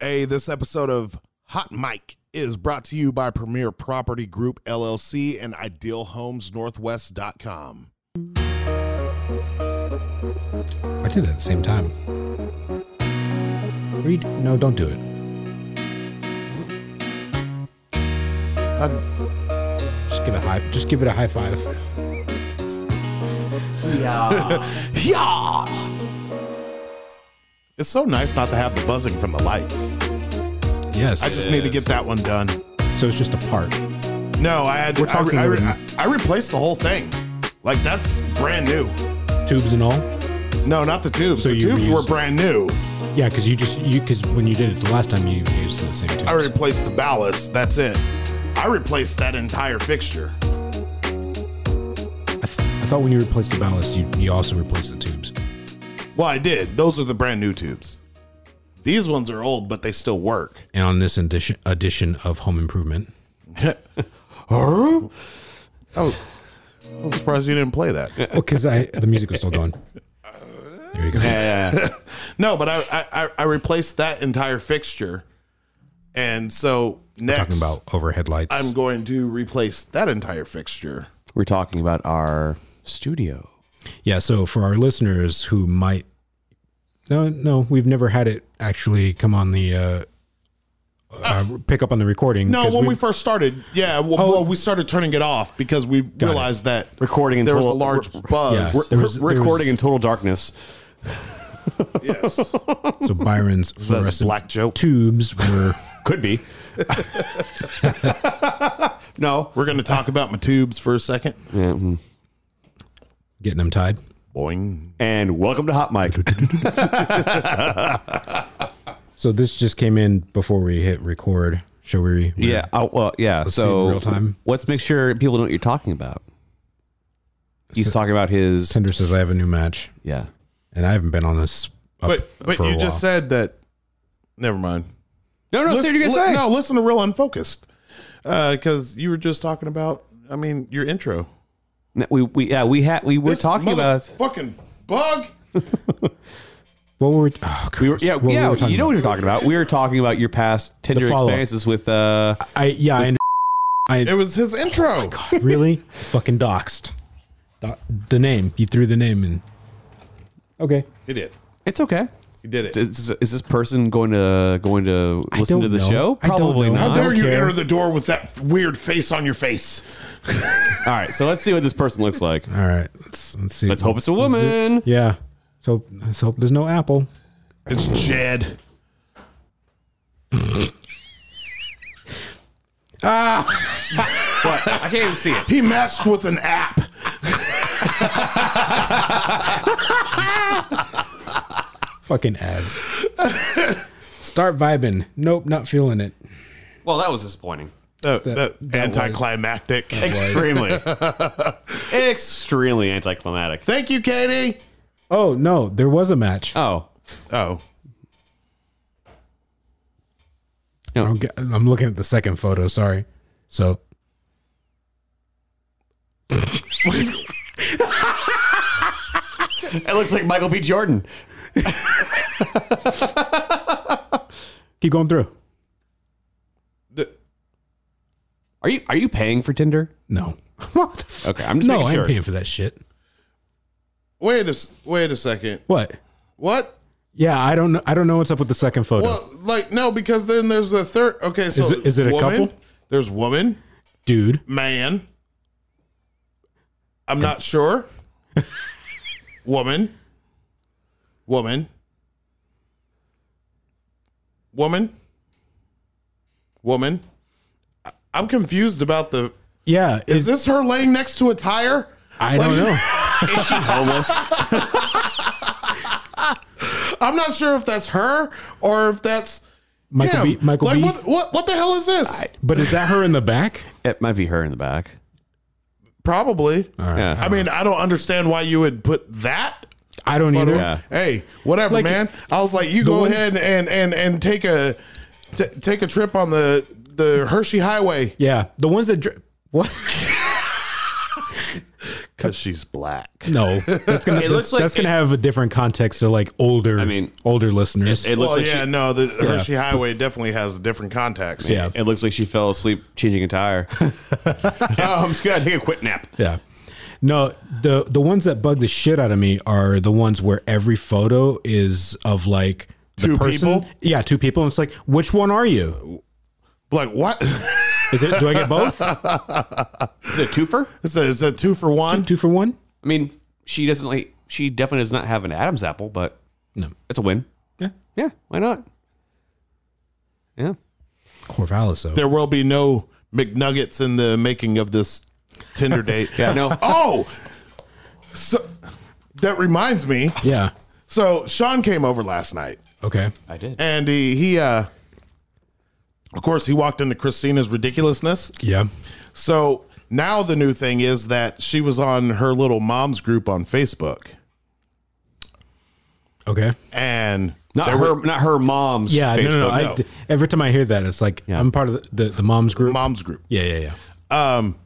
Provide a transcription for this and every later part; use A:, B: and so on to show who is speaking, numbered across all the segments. A: Hey, this episode of Hot Mike is brought to you by Premier Property Group LLC and IdealHomesNorthwest.com.
B: I do that at the same time. Read. No, don't do it. I'd- just give a high. Just give it a high five.
A: Yeah! It's so nice not to have the buzzing from the lights.
B: Yes.
A: I just need to get that one done.
B: so it's just a part.
A: No, I had
B: We're
A: I, re-
B: talking
A: I, re-
B: about-
A: I replaced the whole thing. Like that's brand new.
B: Tubes and all.
A: No, not the tubes.
B: So
A: the
B: you
A: tubes were
B: reused-
A: brand new.
B: Yeah, because you just you because when you did it the last time you used the same tubes.
A: I replaced the ballast. That's it. I replaced that entire fixture.
B: I, th- I thought when you replaced the ballast, you you also replaced the tubes.
A: Well, I did. Those are the brand new tubes. These ones are old, but they still work.
B: And on this edition edition of Home Improvement,
A: Huh? I was, I was surprised you didn't play that. Yeah,
B: well, because I the music was still going. There you go.
A: yeah. no, but I, I I- I replaced that entire fixture, and so
B: Talking
A: next
B: about overhead lights.
A: I'm going to replace that entire fixture.
C: We're talking about our studio.
B: Yeah, so for our listeners who might No, no, we've never had it actually come on the uh, uh pick up on the recording.
A: No,
B: 'cause
A: when we
B: we've-
A: first started, yeah, well, well, we started turning it off because we realized that
C: Recording in
A: there was a
C: total-
A: large buzz.
B: Yeah. There was-
C: We're
B: there
C: recording
B: was-
C: in total darkness.
A: Yes,
B: so Byron's
A: that's a
B: fluorescent
A: black joke.
B: tubes were
C: Could be. no.
A: We're going to talk about my tubes for a second.
C: mm-hmm.
B: getting them tied.
A: Boing.
C: And welcome to Hot Mic.
B: So this just came in before we hit record. Shall we?
C: yeah. Oh, well, yeah.
B: see it
C: so
B: in real time.
C: let's make sure people know what you're talking about. He's talking about his.
B: Tinder says I have a new match,
C: Yeah.
B: and I haven't been on this. Up
A: But but
B: for a
A: you just
B: while.
A: said that. Never mind.
C: No, no,
A: Listen-
C: see what you're
A: li-
C: going to say.
A: No, listen to real unfocused. Because you were just talking about, I mean, your intro.
C: No, We, we, yeah, we, had we were
A: This
C: talking about.
A: fucking bug.
B: what were we? Oh,
C: We were, yeah,
B: Christ, what
C: yeah.
B: were we talking
C: you know
B: about?
C: what you're talking about. We were talking about your past Tinder
B: follow-up.
C: experiences with. uh
B: I yeah. I,
A: It was his
C: Oh
A: intro.
B: really fucking doxed. Do- the name you threw the name in. Okay.
A: he did.
C: It's okay.
A: He did it.
C: Is, is this person going to going to listen
B: don't
C: to the
B: know.
C: show?
B: I don't
C: Probably
B: know.
C: not.
A: How dare
B: don't
A: you
B: care.
A: enter the door with that weird face on your face?
C: All right, so let's see what this person looks like.
B: All right. Let's let's see.
C: Let's hope it's a
B: Let's do-
C: woman.
B: yeah. So let's hope there's no apple.
A: It's Jed.
C: What? Ah. I can't even see it.
A: He messed with an app.
B: Fucking ads. Start vibing. Nope, not feeling it.
C: Well, that was disappointing.
A: Uh, that anticlimactic.
C: Extremely, extremely anticlimactic.
A: Thank you, Katie.
B: Oh no, there was a match.
C: Oh,
A: Oh,
B: I don't get- I'm looking at the second photo. Sorry. So
C: it looks like Michael B. Jordan.
B: keep going through.
A: The-
C: Are you are you paying for Tinder?
B: No. What the fuck?
C: Okay, I'm just
B: no,
C: making
B: I'm
C: sure.
B: paying for that shit.
A: wait a s- wait a second.
B: What?
A: What?
B: Yeah, I don't know. I don't know what's up with the second photo,
A: Well, like no, because then there's the third. Okay, so
B: it- is it a
A: woman,
B: couple?
A: There's woman,
B: dude.
A: man. I'm not sure. woman, woman, woman, woman. I- I'm confused about the.
B: Yeah,
A: Is
B: it-
A: this her laying next to a tire?
B: I don't know.
C: Is she homeless?
A: I'm not sure if that's her or if that's
B: Michael
A: him.
B: B. Michael
A: like
B: B.
A: What, what? What the hell is this?
B: But is that her in the back?
C: it might be her in the back.
A: Probably.
C: Yeah.
A: I mean, I don't understand why you would put that.
B: I don't either.
C: Yeah.
A: Hey, whatever,
B: Like,
A: man. I was like, you go
B: one-
A: ahead and and and take a t- take a trip on the the Hershey Highway.
B: Yeah, the ones that dri- what?
A: because she's black.
B: No, that's gonna
D: It looks like
B: that's gonna
D: it-
B: have a different context to like older. I
D: mean,
B: older listeners.
D: It looks
A: well,
D: like
A: yeah,
D: she,
A: no, the Hershey Highway definitely has a different context.
B: yeah,
D: it looks like she fell asleep changing a tire. oh,
A: Um,
D: I'm just gonna take a quick nap.
B: yeah. No, the the ones that bug the shit out of me are the ones where every photo is of like the
A: Two
B: person.
A: people?
B: Yeah, two people. And it's like, which one are you?
A: Like what?
B: Is it? Do I get both?
D: Is it a twofer?
A: it's, a, it's a two for one.
B: two for one?
D: I mean, she doesn't like. She definitely does not have an Adam's apple, but
B: No.
D: it's a win.
B: Yeah.
D: Yeah, why not? Yeah.
B: Corvallis though.
A: There will be no McNuggets in the making of this Tinder date.
D: Yeah. No.
A: Oh, so that reminds me.
B: yeah.
A: So Sean came over last night,
B: Okay.
D: I did.
A: and he he uh, of course he walked into Christina's ridiculousness.
B: Yeah.
A: So now the new thing is that she was on her little mom's group on Facebook,
B: Okay.
A: and
D: Not
A: there
D: her.
A: were
D: not her mom's.
B: Yeah. no, no, no.
A: no.
B: I, d- every time I hear that, it's like I'm part of the, the, the mom's group.
A: mom's group.
B: Yeah, yeah, yeah. Um,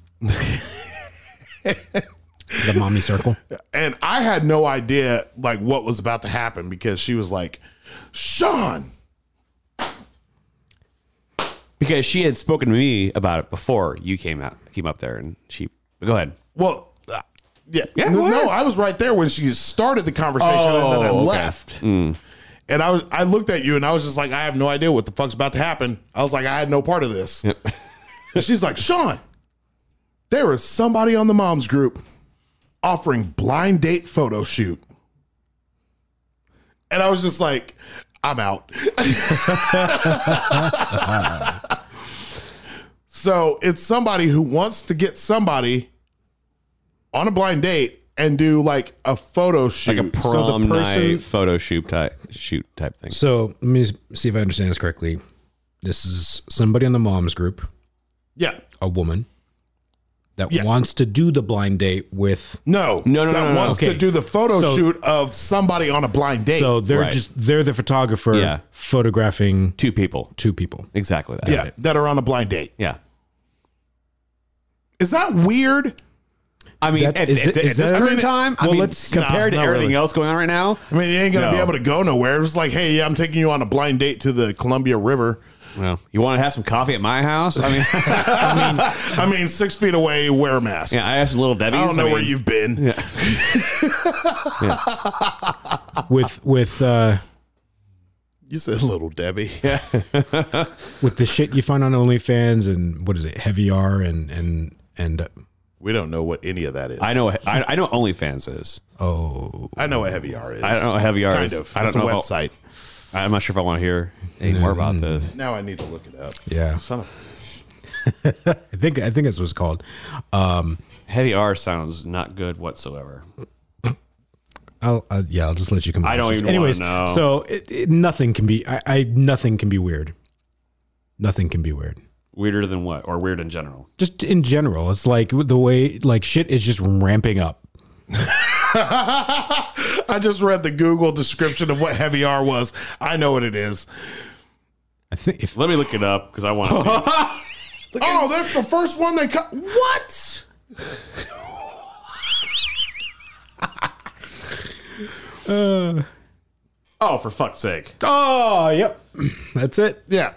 B: the mommy circle.
A: And I had no idea like what was about to happen because she was like, Sean.
D: Because she had spoken to me about it before you came out, came up there, and she. Go ahead.
A: Well, uh, yeah,
D: Yeah,
A: no,
D: go ahead.
A: no, I was right there when she started the conversation and then I
D: Oh, okay.
A: left. And I was, I looked at you and I was just like, I have no idea what the fuck's about to happen. I was like, I had no part of this. and she's like, Sean, there is somebody on the mom's group offering blind date photo shoot. And I was just like, I'm out. so it's somebody who wants to get somebody on a blind date and do like a photo shoot.
D: Like a prom night photo shoot type shoot type thing.
B: So let me s- see if I understand this correctly. This is somebody on the mom's group,
A: yeah.
B: a woman that
A: Yeah.
B: wants to do the blind date with.
A: No,
D: No,
A: that
D: no, no, no, no.
A: wants to
B: Okay.
A: do the photo
B: So-
A: shoot of somebody on a blind date.
B: So they're
D: Right.
B: just they're the photographer
D: Yeah.
B: photographing
D: Two people.
B: two people.
D: Exactly that.
A: yeah, that are on a blind date.
D: Yeah.
A: Is that weird?
D: I mean,
B: That-
D: at,
B: is
D: at-
B: it-
D: at
B: is
D: this
B: that-
D: current time, I
B: Well,
D: mean,
B: let's-
D: compared
A: no,
D: to
A: not
D: everything
A: really.
D: else going on right now,
A: I mean, you ain't gonna be
D: No.
A: able to go nowhere. It was like, hey, yeah, I'm taking you on a blind date to the Columbia River.
D: well, you want to have some coffee at my house? I mean,
A: I mean, six feet away, wear a mask.
D: yeah, I have some little Debbie's.
A: I don't know
D: mean,
A: where you've been.
B: with with uh
A: You said little Debbie.
B: with the shit you find on OnlyFans and what is it Heavy R and and and uh,
A: We don't know what any of that is.
D: I know. I, I know what OnlyFans is.
B: oh
A: I know what heavy R is.
D: I don't know what heavy R
A: Kind
D: is.
A: of.
D: I don't
A: it's
D: know
A: a
D: how-
A: website.
D: I'm not sure if I want to hear any more about this.
A: Now I need to look it up.
B: yeah
A: Son of
B: I think I think that's what it's called um
D: Heavy R sounds not good whatsoever.
B: I'll, i yeah I'll just let you come
D: I
B: back
D: don't
B: to it.
D: even wanna
B: anyways
D: know.
B: so it, it, nothing can be I, I nothing can be weird nothing can be weird
D: Weirder than what, or weird in general?
B: just in general it's like the way like shit is just ramping up
A: I just read the Google description of what heavy R was. I know what it is.
B: I think if
D: Let me look it up because I want to. see.
A: Oh, that's the first one they cut. What?
D: Oh, for fuck's sake!
B: oh yep that's it
A: Yeah.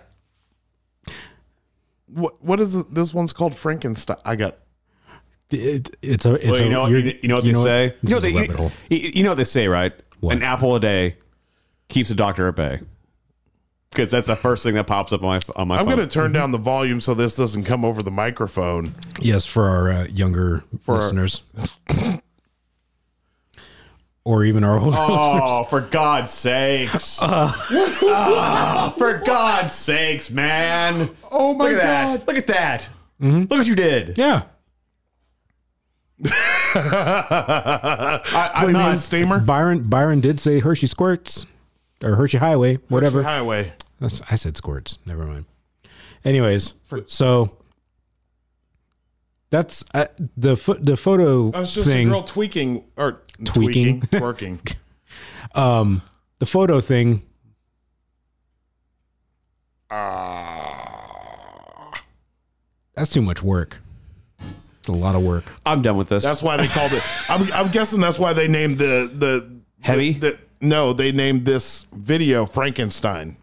A: What what is it? this one's called Frankenstein? I got
B: It- it's a it's
D: Well,
B: a
D: you know,
B: you're-
D: you, you know what they say.
B: this
D: you know
B: is a
D: they,
B: rabbit hole.
D: you, you- you know what they say, right?
B: What?
D: An apple a day keeps a doctor at bay. Because that's the first thing that pops up on my on my
A: I'm
D: phone.
A: going to turn down the volume so this doesn't come over the microphone.
B: Yes, for our uh, younger listeners. or even our older listeners.
D: Oh, for God's sakes! Ah, for God's sakes, man!
A: Oh my
D: Look at that! Look at that! Look what you did!
B: Yeah.
D: I, I'm
A: Cleveland
D: not.
A: steamer
B: Byron Byron did say Hershey Squirts or Hershey Highway, whatever.
A: highway.
B: That's, I said Squirts. Never mind. Anyways, so that's uh, the pho- the photo
A: That's just
B: thing.
A: a girl tweaking or tweaking,
B: Tweaking.
A: twerking.
B: Um, the photo thing. That's too much work. It's a lot of work.
D: I'm done with this.
A: That's why they called it. I'm, I'm guessing that's why they named the the
D: Heavy?
A: the- no, they named this video Frankenstein.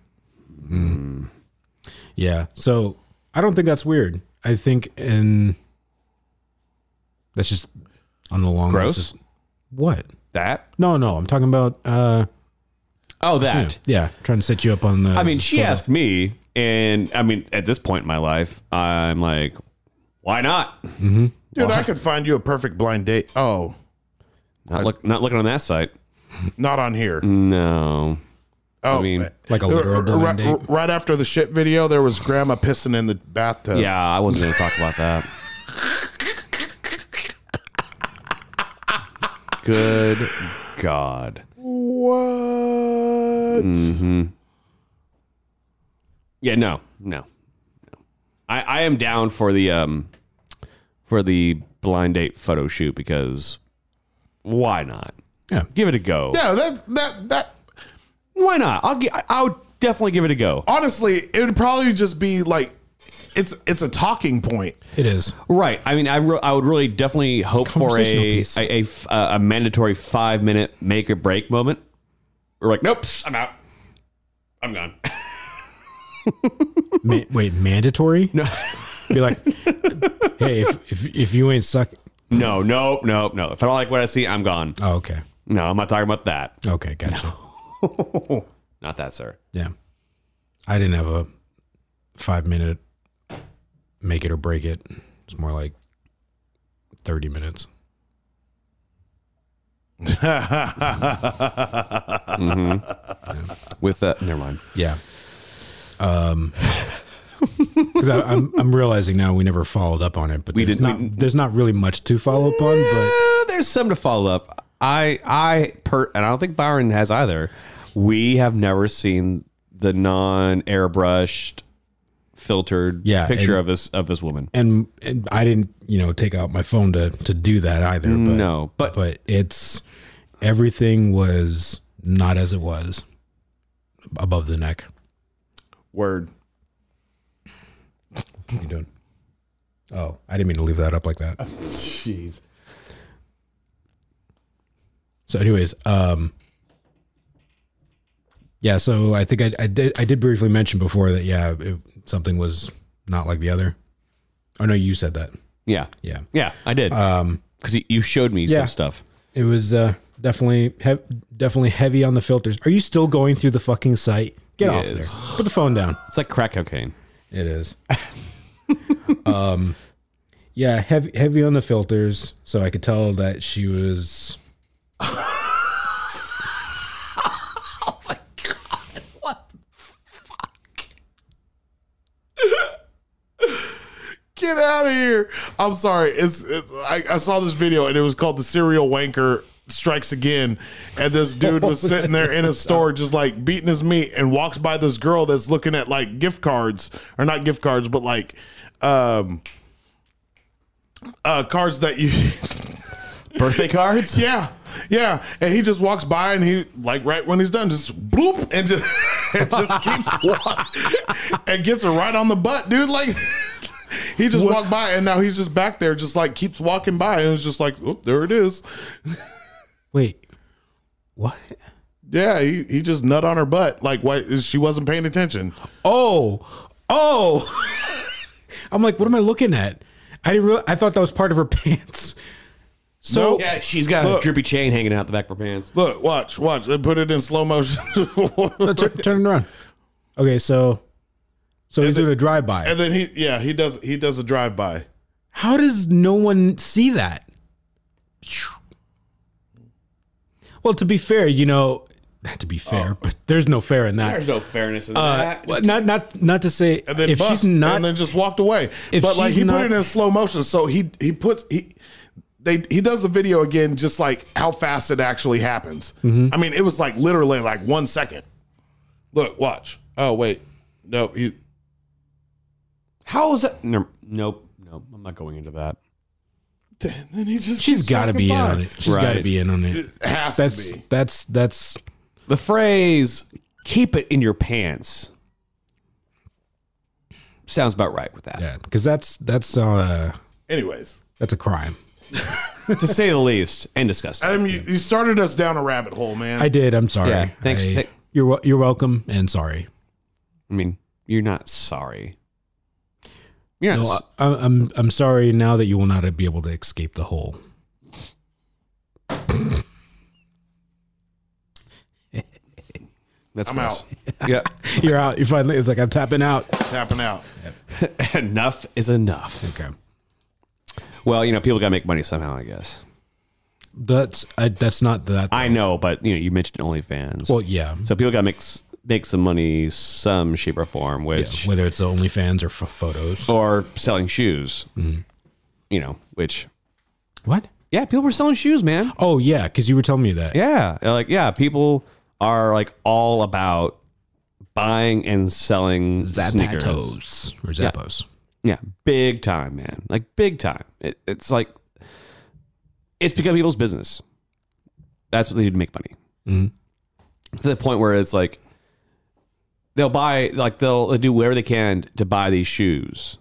B: Yeah. So I don't think that's weird. I think in that's just on the long
D: Gross?
B: this is- what?
D: that?
B: No, no. I'm talking about uh
D: Oh, that.
B: yeah, trying to set you up on the
D: I mean, she
B: photo.
D: asked me, and I mean, at this point in my life, I'm like, why not?
A: Dude, I could find you a perfect blind date. Oh,
D: Not look, not looking on that site.
A: not on here.
D: No.
A: Oh,
D: Mm, I mean,
B: like a
A: Uh,
B: literal blind
A: right,
B: date.
A: right after the shit video, there was grandma pissing in the bathtub.
D: yeah, I wasn't going to talk about that. Good God.
A: What?
D: Mm. Yeah, no, no, no. I, I am down for the um for the blind date photo shoot because why not?
B: Yeah.
D: Give it a go.
A: Yeah, that that that.
D: Why not? I'll gi- I- I'll definitely give it a go.
A: Honestly, it would probably just be like, it's it's a talking point.
B: It is.
D: Right. I mean, I, re- I would really definitely hope for a
B: conversational
D: a,
B: piece.
D: a f- a mandatory five minute make or break moment. We're like, nope, I'm out. I'm gone.
B: Ma- wait, mandatory? No. Be like, hey, if if, if you ain't suck
D: no, no, no, no. If I don't like what I see, I'm gone.
B: Oh, okay.
D: No, I'm not talking about that.
B: Okay, gotcha.
D: Not that, sir.
B: Yeah. I didn't have a five minute make it or break it. It's more like 30 minutes.
D: With that, never mind.
B: Yeah. Um, because I'm I'm realizing now we never followed up on it, but there's
D: didn't-
B: not there's not really much to follow up on. But
D: Uh, there's some to follow up. I I per and I don't think Byron has either. We have never seen the non airbrushed, filtered
B: Yeah,
D: picture
B: and-
D: of this of this woman.
B: and and I didn't you know take out my phone to to do that either. But,
D: no, but
B: but it's everything was not as it was above the neck.
A: Word.
B: What are you doing? Oh, I didn't mean to leave that up like that.
C: Jeez.
B: So, anyways, um, yeah. So I think I, I did I did briefly mention before that yeah, it, something was not like the other. Oh no, you said that.
D: yeah,
B: Yeah,
D: yeah, I did. Um, because you showed me
B: yeah.
D: some stuff.
B: it was uh, definitely he- definitely heavy on the filters. Are you still going through the fucking site? Get off
D: Yes.
B: there. Put the phone down.
D: It's like crack cocaine.
B: It is. um, yeah, heavy heavy on the filters, so I could tell that she was.
A: Get out of here! I'm sorry. It's it, I, I saw this video and it was called "The Serial Wanker Strikes Again," and this dude was sitting there in a store just like beating his meat and walks by this girl that's looking at like gift cards or not gift cards but like um uh cards that you
D: Birthday cards.
A: yeah yeah and he just walks by and he like right when he's done just bloop and just and just keeps walking and gets her right on the butt dude like he just walked by and now he's just back there just like keeps walking by and it's just like oh there it is
B: Wait, what?
A: yeah he, he just nut on her butt like why she wasn't paying attention
B: Oh, oh. I'm like, what am I looking at? I didn't real I thought that was part of her pants. So
A: Nope.
D: Yeah, she's got a
A: Look.
D: drippy chain hanging out the back of her pants.
A: look watch watch they put it in slow motion
B: No, tur- turn it around. Okay, so so he's doing a drive by.
A: and then he yeah he does he does a drive by
B: How does no one see that? Well, to be fair, you know, not to be
A: Oh.
B: fair, but there's no fair in that.
D: There's no fairness in
B: Uh,
D: that.
B: well, not not not to say
A: and then
B: if
A: bust,
B: she's not
A: and then just walked away.
B: If
A: But like
B: she's
A: he
B: not-
A: put it in slow motion, so he he puts he they he does the video again, just like how fast it actually happens.
B: Mm-hmm.
A: I mean, it was like literally like one second. Look, watch. Oh wait, no, he,
D: How is that? No, nope, nope. I'm not going into that.
A: then he just
B: she's
A: keeps
B: got to
A: walking
B: be in
A: by.
B: on it. She's got to
D: Right.
B: be in on it.
A: It has
B: That's
A: to be.
B: that's that's
D: The phrase "keep it in your pants" sounds about right with that.
B: Yeah, because that's that's uh
A: Anyways,
B: That's a crime.
D: to say the least, and disgusting.
A: Adam, you, you started us down a rabbit hole, man.
B: I did. I'm sorry.
D: Yeah, thanks.
B: I-
D: Take-
B: you're wel- you're welcome and sorry.
D: I mean, you're not sorry. You're not.
B: No,
D: s-
B: I, I'm I'm sorry now that you will not be able to escape the hole.
D: that's
A: I'm
D: gross. yeah.
B: You're out. You finally. It's like I'm tapping out.
A: Tapping out.
D: enough is enough.
B: Okay.
D: Well, you know, people got to make money somehow, I guess.
B: That's I, that's not that.
D: I know, but you know, you mentioned OnlyFans.
B: well, yeah.
D: so people got to make s- make some money, some shape or form, which
B: Whether it's the OnlyFans or f- photos.
D: or selling shoes.
B: Mm-hmm.
D: You know, which
B: What?
D: yeah, people were selling shoes, man.
B: Oh yeah, because you were telling me that.
D: Yeah, like yeah, people are like all about buying and selling sneakers.
B: Zapatos or Zappos.
D: Yeah, big time, man. Like big time. It, it's like it's become people's business. That's what they do to make money. To the point where it's like they'll buy, like they'll, they'll do whatever they can to buy these shoes,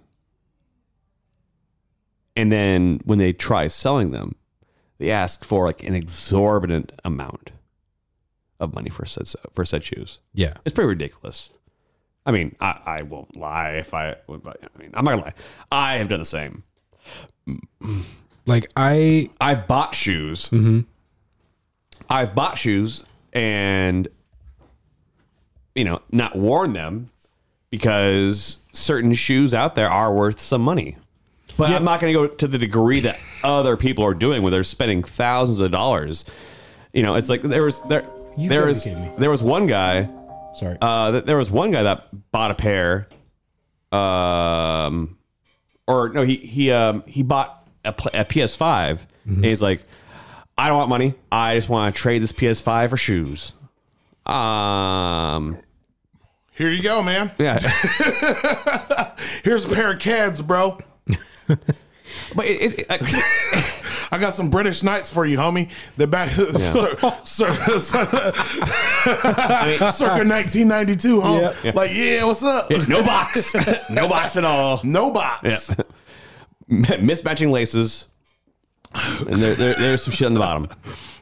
D: and then when they try selling them, they ask for like an exorbitant amount of money for said for said shoes.
B: Yeah.
D: It's pretty ridiculous. I mean, I, I won't lie if I. I mean, I'm not gonna lie. I have done the same.
B: Like I
D: I bought shoes.
B: Mm-hmm.
D: I've bought shoes and you know not worn them because certain shoes out there are worth some money. But I'm not going to go to the degree that other people are doing, where they're spending thousands of dollars. You know, it's like there was there there
B: gotta be
D: was
B: kidding me.
D: there was one guy.
B: sorry.
D: Uh, th- there was one guy that bought a pair. Um, or no, he he um he bought a, pl- a PS5. And he's like, I don't want money. I just want to trade this PS5 for shoes. Um,
A: Here you go, man.
D: yeah,
A: Here's a pair of cads, bro.
D: but it, it, it,
A: I got some British knights for you, homie. The back, sir, sir, circa 1992, homie.
B: Yeah.
A: Like, yeah, what's up?
D: no box, no box at all.
A: No box.
D: Mismatching laces, and there, there, there's some shit on the bottom.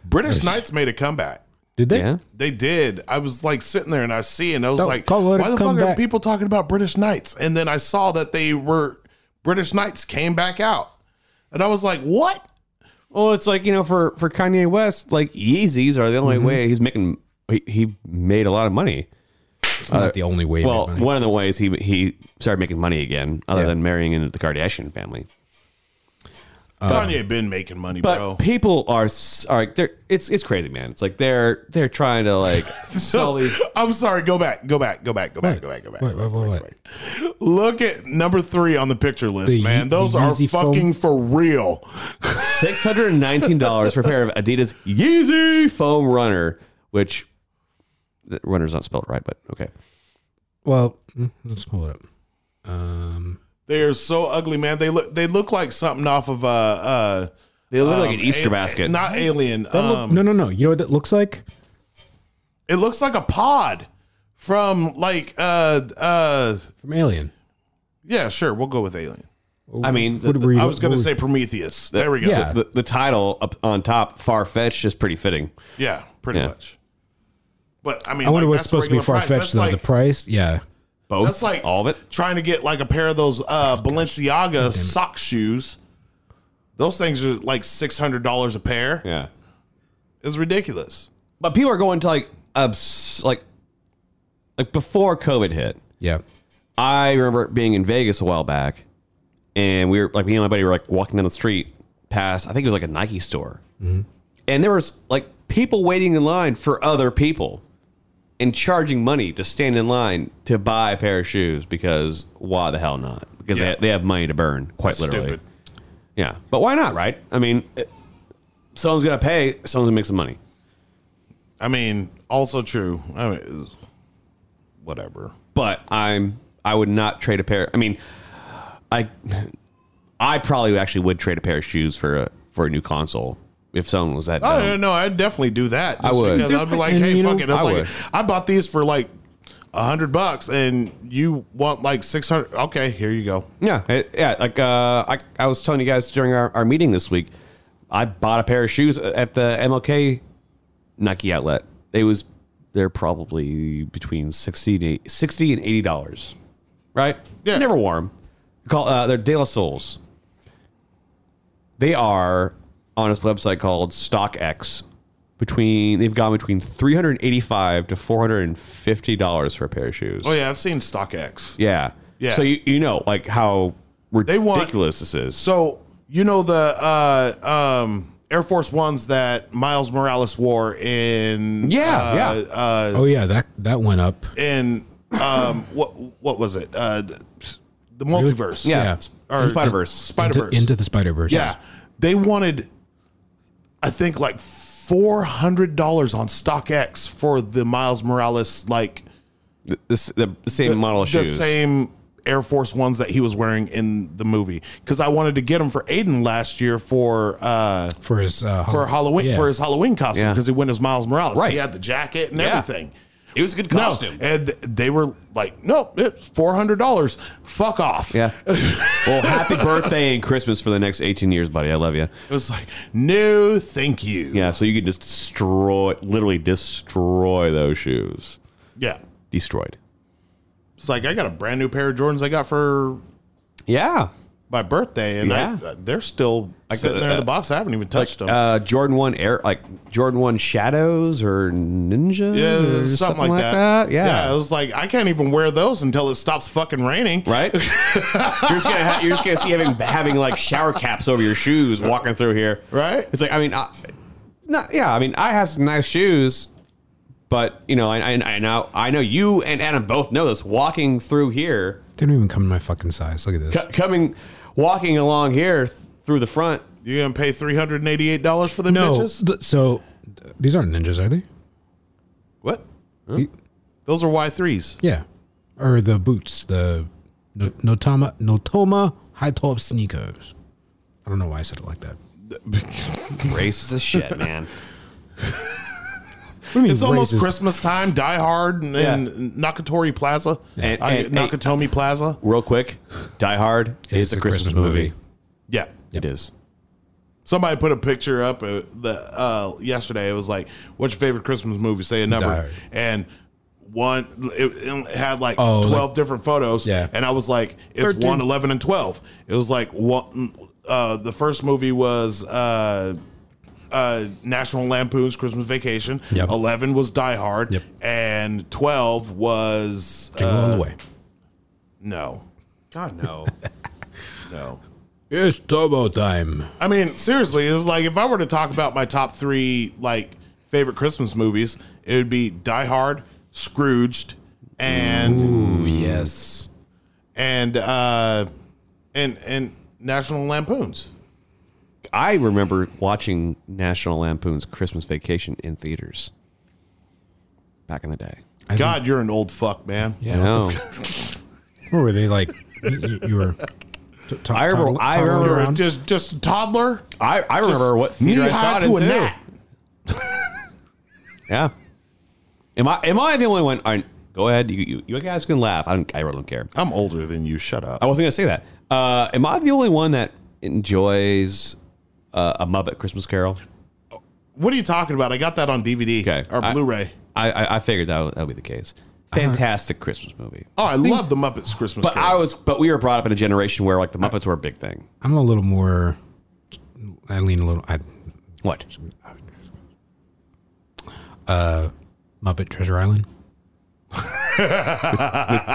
A: British knights made a comeback.
B: Did they?
D: Yeah,
A: They did. I was like sitting there and I see, and I was
B: Don't
A: like,
B: call it a
A: why the fuck are
B: comeback.
A: people talking about British knights? And then I saw that they were British knights came back out, and I was like, what?
D: Well, it's like you know, for for Kanye West, like Yeezys are the only way he's making. He, he made a lot of money.
B: It's not
A: Uh,
B: the only way.
D: Well,
B: everybody-
D: one of the ways he he started making money again, other than marrying into the Kardashian family.
B: Uh.
A: Kanye been making money,
D: But
A: bro.
D: people are s- are like, they're it's it's crazy, man. It's like they're they're trying to like sell these.
A: I'm sorry. Go back. Go back. Go back. Go back.
B: What?
A: Go back. Go back.
B: What? What? What? what?
A: Look at number three on the picture list,
B: The Ye-
A: man. Those
B: the
A: are
B: Yeezy foam?
A: fucking for real.
D: Six hundred and nineteen dollars for a pair of Adidas Yeezy foam runner, which the runner's not spelled right, but okay.
B: Well, mm, let's pull it up. Um,
A: They are so ugly, man. They look. They look like something off of uh uh.
D: They look like
A: um,
D: an Easter
A: a-
D: basket.
A: Not alien. Um,
B: oh, no, no, no. You know what that looks like?
A: It looks like a pod from like uh uh.
B: From Alien.
A: Yeah, sure. We'll go with alien.
D: I mean, the-
B: What
D: the-
B: were you?
A: I was going
B: what
A: to say
B: were-
A: Prometheus. There we go.
B: yeah.
D: the, the title up on top, far fetched, is pretty fitting.
A: Yeah, pretty
D: Yeah.
A: much. But I mean,
B: I wonder
A: like,
B: what's
A: that's
B: supposed to be
A: regular
B: far
A: price.
B: fetched
A: That's
B: though.
A: like
B: the price. Yeah.
D: Both,
A: That's like-
D: all of it.
A: trying to get like a pair of those uh Balenciaga sock shoes. Those things are like six hundred dollars a pair.
D: Yeah,
A: It's ridiculous.
D: but people are going to like abs- like like before COVID hit.
B: Yeah.
D: I remember being in Vegas a while back, and we were like me and my buddy were like walking down the street past I think it was like a Nike store,
A: Mm-hmm.
D: and there was like people waiting in line for other people, and charging money to stand in line to buy a pair of shoes because why the hell not? Because
A: Yeah.
D: they, they have money to burn, quite literally.
A: Stupid.
D: Yeah, but why not? Right? I mean, it- someone's gonna pay. Someone's gonna make some money.
A: I mean, also true. I mean, it's- whatever.
D: But I'm I would not trade a pair. I mean, I I probably actually would trade a pair of shoes for a for a new console if someone was that.
A: Oh
D: dumb.
A: no, no, I'd definitely do that. Just
D: would.
A: Because I'd be like,
B: And,
A: hey,
B: you
A: fuck
B: know,
A: it. I, was
D: I
A: like,
D: would.
A: I bought these for like a hundred bucks and you want like six hundred. Okay, here you go.
D: Yeah, it, yeah. Like uh, I, I was telling you guys during our, our meeting this week, I bought a pair of shoes at the MLK Nike outlet. It was they're probably between 60 to 80 60 and eighty dollars, right?
A: Yeah.
D: Never wore them. Call uh, they're De La Souls. They are on this website called StockX. Between they've gone between three hundred and eighty-five to four hundred and fifty dollars for a pair of shoes.
A: Oh yeah, I've seen StockX.
D: Yeah.
A: Yeah.
D: So you, you know like how
A: want-
D: ridiculous this is.
A: So you know the uh, um, Air Force Ones that Miles Morales wore in
D: Yeah,
A: uh,
D: yeah.
A: uh,
B: Oh yeah, that that went up.
A: in um, what what was it uh, the multiverse
D: yeah.
A: Or-
D: Spider Verse.
A: Spider
B: Into,
A: Verse
B: into the Spider Verse.
A: yeah they wanted I think like four hundred dollars on StockX for the Miles Morales like
D: This the, the same model of
A: the
D: shoes.
A: same Air Force Ones that he was wearing in the movie because I wanted to get them for Aiden last year for uh,
B: For his uh,
A: for Halloween
B: yeah.
A: for his Halloween costume
D: Yeah.
A: because he went as Miles Morales.
D: Right.
A: he had the jacket and
D: Yeah.
A: everything.
D: It was a good
A: No, and they were like, "No, it's four hundred dollars. Fuck off."
D: Yeah. well, happy birthday and Christmas for the next 18 years, buddy. I love you.
A: It was like, "No, thank you."
D: Yeah. So you could just destroy, literally destroy those shoes.
A: Yeah.
D: Destroyed.
A: It's like I got a brand new pair of Jordans I got for
D: Yeah.
A: my birthday, and
D: Yeah.
A: I, uh, they're still sitting
D: uh,
A: there in the box. I haven't even touched them.
D: Uh, Jordan One Air, like Jordan One Shadows or Ninja,
A: Yeah,
D: or
A: something, like, that.
D: Yeah.
A: it was like I can't even wear those until it stops fucking raining.
D: right? you're just gonna ha- you're just gonna see having having like shower caps over your shoes walking through here,
A: Right.
D: It's like I mean, I, no, yeah, I mean, I have some nice shoes, but you know, and I, I know I know you and Adam both know this. Walking through here,
B: Didn't even come in my fucking size. Look at this.
D: c- coming, walking along here th- through the front.
A: You're gonna pay three hundred and eighty-eight dollars for them
B: No.
A: bitches.
B: th- so th- these aren't ninjas, are they?
A: What?
B: You-
A: Those are Y threes.
B: Yeah. Or the boots, the no- Notama Notoma high top sneakers. I don't know why I said it like that.
D: Racist as shit, man.
B: What do you mean
A: It's almost
B: racist?
A: Christmas time. Die Hard and, and Nakatori Plaza,
D: And-
A: I-
D: and-
A: Nakatomi Plaza.
D: Real quick, Die Hard is a Christmas, movie.
A: Yeah.
D: It is.
A: Somebody put a picture up uh, the uh, yesterday. It was like, "What's your favorite Christmas movie?" Say a number,
B: Die Hard.
A: and one it, it had like
B: Oh,
A: twelve
B: like-
A: different photos.
B: Yeah.
A: and I was like, "It's
B: 13.
A: one, 11, and 12. It was like one. Uh, the first movie was uh, uh, National Lampoon's Christmas Vacation.
B: Yep.
A: Eleven was Die Hard,
B: Yep.
A: and twelve was
B: Jingle
A: uh,
B: all the way.
A: no,
D: God no.
A: no.
B: It's turbo time.
A: I mean, seriously, it's like if I were to talk about my top three like favorite Christmas movies, it would be Die Hard, Scrooged, and
B: Mm. Yes.
A: and uh and and National Lampoons.
D: I remember watching National Lampoon's Christmas Vacation in theaters back in the day.
A: God, you're an old fuck, man.
D: I know.
B: What were they like? You, you- you were. T- t-
D: I remember-
B: toddle-
D: I
B: toddling
D: remember-
B: around?
A: Just just a toddler.
D: I, I remember what theater I
A: knee-high
D: saw it in
A: to a
D: too.
A: gnat.
D: Yeah. Am I am I the only one? I, go ahead. You, you you guys can laugh. I don't. I really don't care.
A: I'm older than you. Shut up.
D: I wasn't gonna say that. Uh, am I the only one that enjoys uh, a Muppet Christmas Carol?
A: What are you talking about? I got that on DVD
D: Okay.
A: or
D: I-
A: Blu-ray.
D: I I, I figured that would, that would be the case.
A: Uh-huh.
D: Fantastic Christmas movie.
A: Oh, I love the Muppets Christmas.
D: But
A: Carol.
D: I was but we were brought up in a generation where like the Muppets were a big thing.
B: I'm a little more. I lean a little. I,
D: What?
B: Muppet Treasure Island.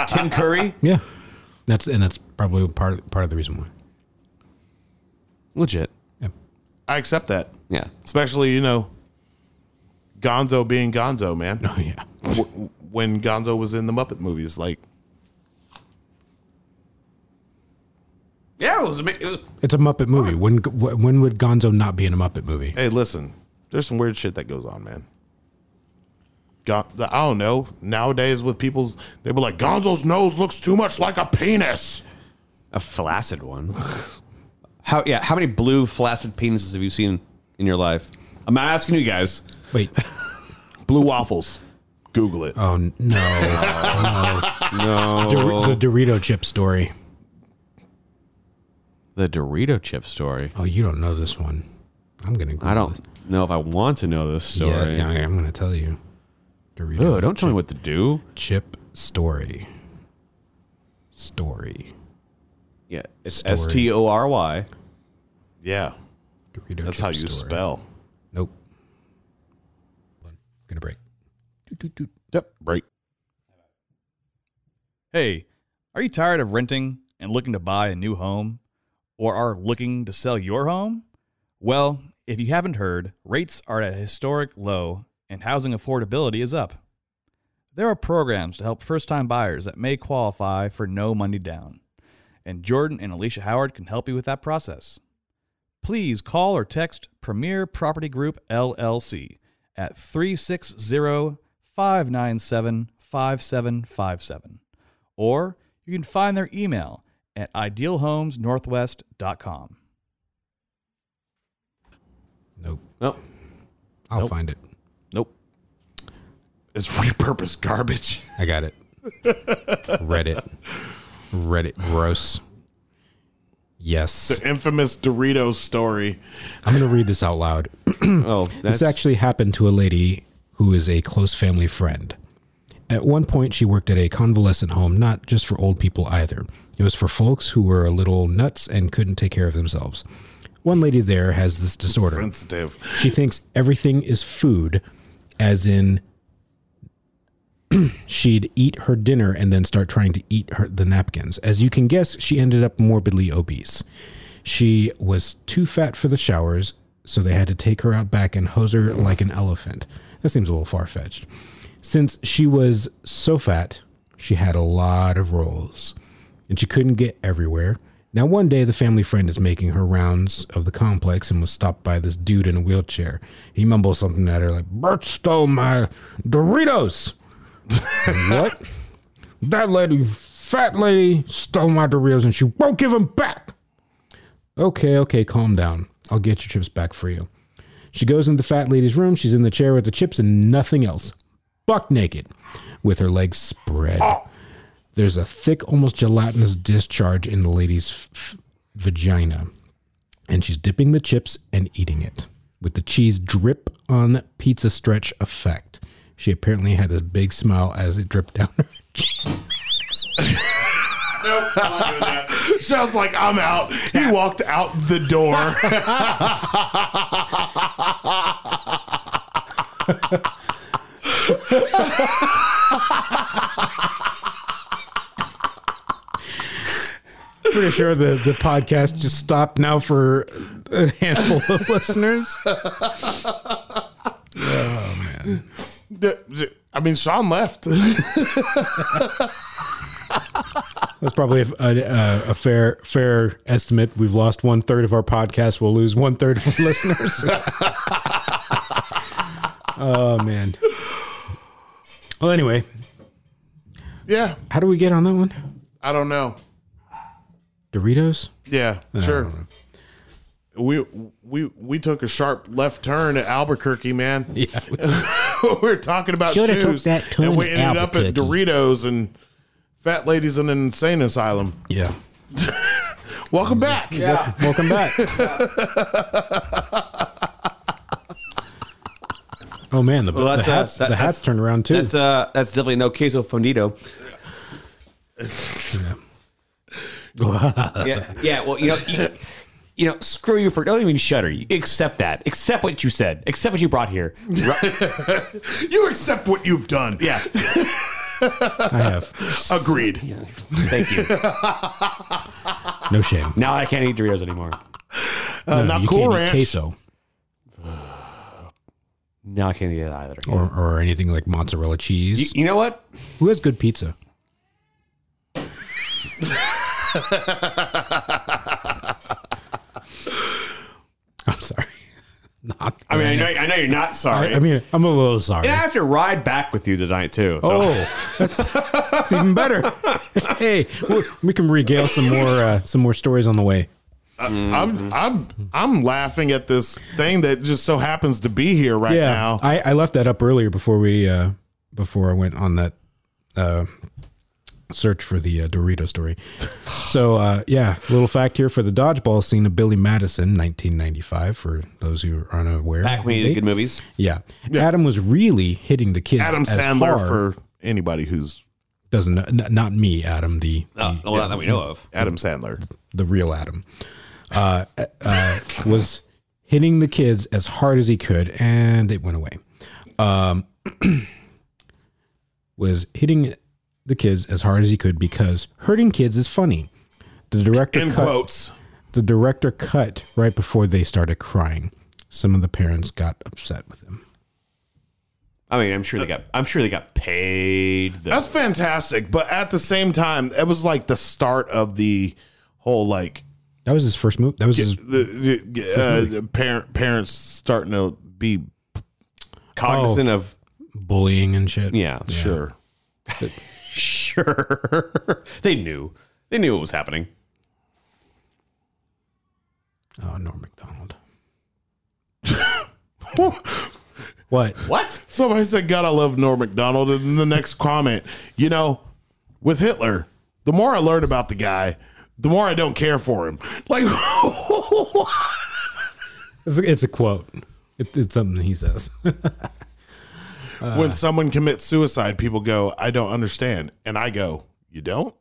D: Tim Curry?
B: Yeah. That's and that's probably part of, part of the reason why.
D: Legit.
A: I accept that,
D: Yeah.
A: especially you know, Gonzo being Gonzo, man.
B: Oh yeah.
A: w- when Gonzo was in the Muppet movies. Like,
D: Yeah, it was. ama- It was.
B: It's a Muppet movie. When when would Gonzo not be in a Muppet movie?
A: hey, listen, there's some weird shit that goes on, man. Gon- I don't know. Nowadays, with people's, they were like, Gonzo's nose looks too much like a penis.
D: A flaccid one. how? Yeah. How many blue flaccid penises have you seen in your life? I'm not asking you guys.
B: Wait,
A: Blue waffles. Google it.
B: Oh n- no,
D: No.
B: Dor- the Dorito chip story.
D: the Dorito chip story.
B: Oh, you don't know this one. I'm gonna. Google
D: I don't know if I want to know this
B: This.
D: story.
B: Yeah, yeah, I'm gonna tell you. Dorito
D: Ugh, don't tell me what to do.
B: chip story. Story.
D: Yeah, it's
B: Story.
D: S T O R Y.
A: Yeah,
B: Dorito.
A: that's
B: chip
A: how you
B: story.
A: spell.
B: Nope. Hold on. Gonna break. Doot, doot, doot.
A: Yep. Break.
E: Hey, are you tired of renting and looking to buy a new home? Or are looking to sell your home? Well, if you haven't heard, rates are at a historic low and housing affordability is up. There are programs to help first time buyers that may qualify for no money down. And Jordan and Alicia Howard can help you with that process. Please call or text Premier Property Group LLC at 360 597 5757 or you can find their email at idealhomesnorthwest.com.
B: Nope.
D: No,
B: I'll find it.
A: Nope. It's repurposed garbage.
B: I got it. Reddit. Reddit. Gross. Yes.
A: The infamous Doritos story.
B: I'm going to read this out loud.
D: oh, that's
B: This actually happened to a lady who is a close family friend. At one point, she worked at a convalescent home, not just for old people either. It was for folks who were a little nuts and couldn't take care of themselves. One lady there has this disorder.
A: Sensitive.
B: She thinks everything is food, as in she'd eat her dinner and then start trying to eat her, the napkins. As you can guess, she ended up morbidly obese. She was too fat for the showers, so they had to take her out back and hose her like an elephant. That seems a little far fetched. Since she was so fat, she had a lot of rolls, and she couldn't get everywhere. Now, one day, the family friend is making her rounds of the complex and was stopped by this dude in a wheelchair. He mumbles something at her like, Bert stole my Doritos. what? That lady, fat lady, stole my Doritos and she won't give them back. Okay, okay, calm down. I'll get your chips back for you. She goes into the fat lady's room. She's in the chair with the chips and nothing else. Buck naked, with her legs spread. There's a thick, almost gelatinous discharge in the lady's f- f- vagina, and she's dipping the chips and eating it with the cheese drip on pizza stretch effect. She apparently had a big smile as it dripped down her
A: Sounds like I'm out. He walked out the door.
B: pretty sure the, the podcast just stopped now for a handful of listeners.
A: I mean, Sean left.
B: That's probably a, a, a fair fair estimate. We've lost one third of our podcast. We'll lose one third of listeners. oh man. Well, anyway,
A: yeah,
B: how do we get on that one?
A: I don't know.
B: Doritos.
A: Yeah, sure. We we we took a sharp left turn at Albuquerque, man. Yeah, we were talking about
F: Shoulda took
A: shoes,
F: that turn
A: and we
F: at
A: ended up at
F: Albuquerque.
A: Doritos and fat ladies in an insane asylum.
B: Yeah.
A: Welcome back.
B: Mm-hmm. Welcome back. oh man, the,
D: that's,
B: the
D: uh,
B: hats
D: that-
B: the hats
D: that's-
B: turned around too.
D: that's uh that's definitely no queso fundido. yeah, yeah. Well, you know, you, you know, screw you for don't even shudder. You Accept that. Accept what you said. Accept what you brought here.
A: You accept what you've done. Yeah,
B: I have
A: agreed.
D: Thank you.
B: no shame.
D: Now I can't eat Doritos anymore.
A: Uh, not
B: you
A: cool
B: can't eat
A: ranch.
B: queso
D: Now I can't eat it either.
B: or, or anything like mozzarella
D: you,
B: cheese.
D: you know what?
B: Who has good pizza? I'm sorry. Not.
D: I mean, I know, I know you're not sorry.
B: I, I mean, I'm a little sorry.
D: and I have to ride back with you tonight too. So.
B: Oh, that's, that's even better. hey, we- we can regale some more uh, some more stories on the way.
A: I'm I'm I'm laughing at this thing that just so happens to be here right now.
B: I, I left that up earlier before we uh, before I went on that uh, search for the uh, Dorito story. so, uh, yeah, little fact here for the dodgeball scene of Billy Madison, 1995, for those who are unaware.
D: Back when he
B: They-
D: did good movies.
B: yeah. Adam was really hitting the kids.
A: Adam
B: as
A: Sandler
B: hard-
A: for anybody who's
B: doesn't n- not me, Adam, the
D: Uh, well, not that we know of.
A: Adam Sandler.
B: the real Adam, uh, uh, was hitting the kids as hard as he could, and it went away. Um, was hitting the kids as hard as he could because hurting kids is funny. The director
A: In
B: cut,
A: quotes.
B: the director cut right before they started crying. Some of the parents got upset with him.
D: I mean, I'm sure they got. I'm sure they got paid. The,
A: That's fantastic, but at the same time, it was like the start of the whole like
B: That was his first move. That was his
A: the, the, uh, the parent parents starting to be
D: cognizant of.
B: bullying and shit.
D: Yeah,
A: sure.
D: sure. they knew. They knew what was happening.
B: Oh, Norm McDonald. what?
D: What?
A: Somebody said, "God, I love Norm Macdonald." And then the next comment, you know, with Hitler, the more I learn about the guy, the more I don't care for him. Like,
B: It's a, it's a quote. It's, it's something that he says.
A: when someone commits suicide, people go, "I don't understand," and I go, "You don't."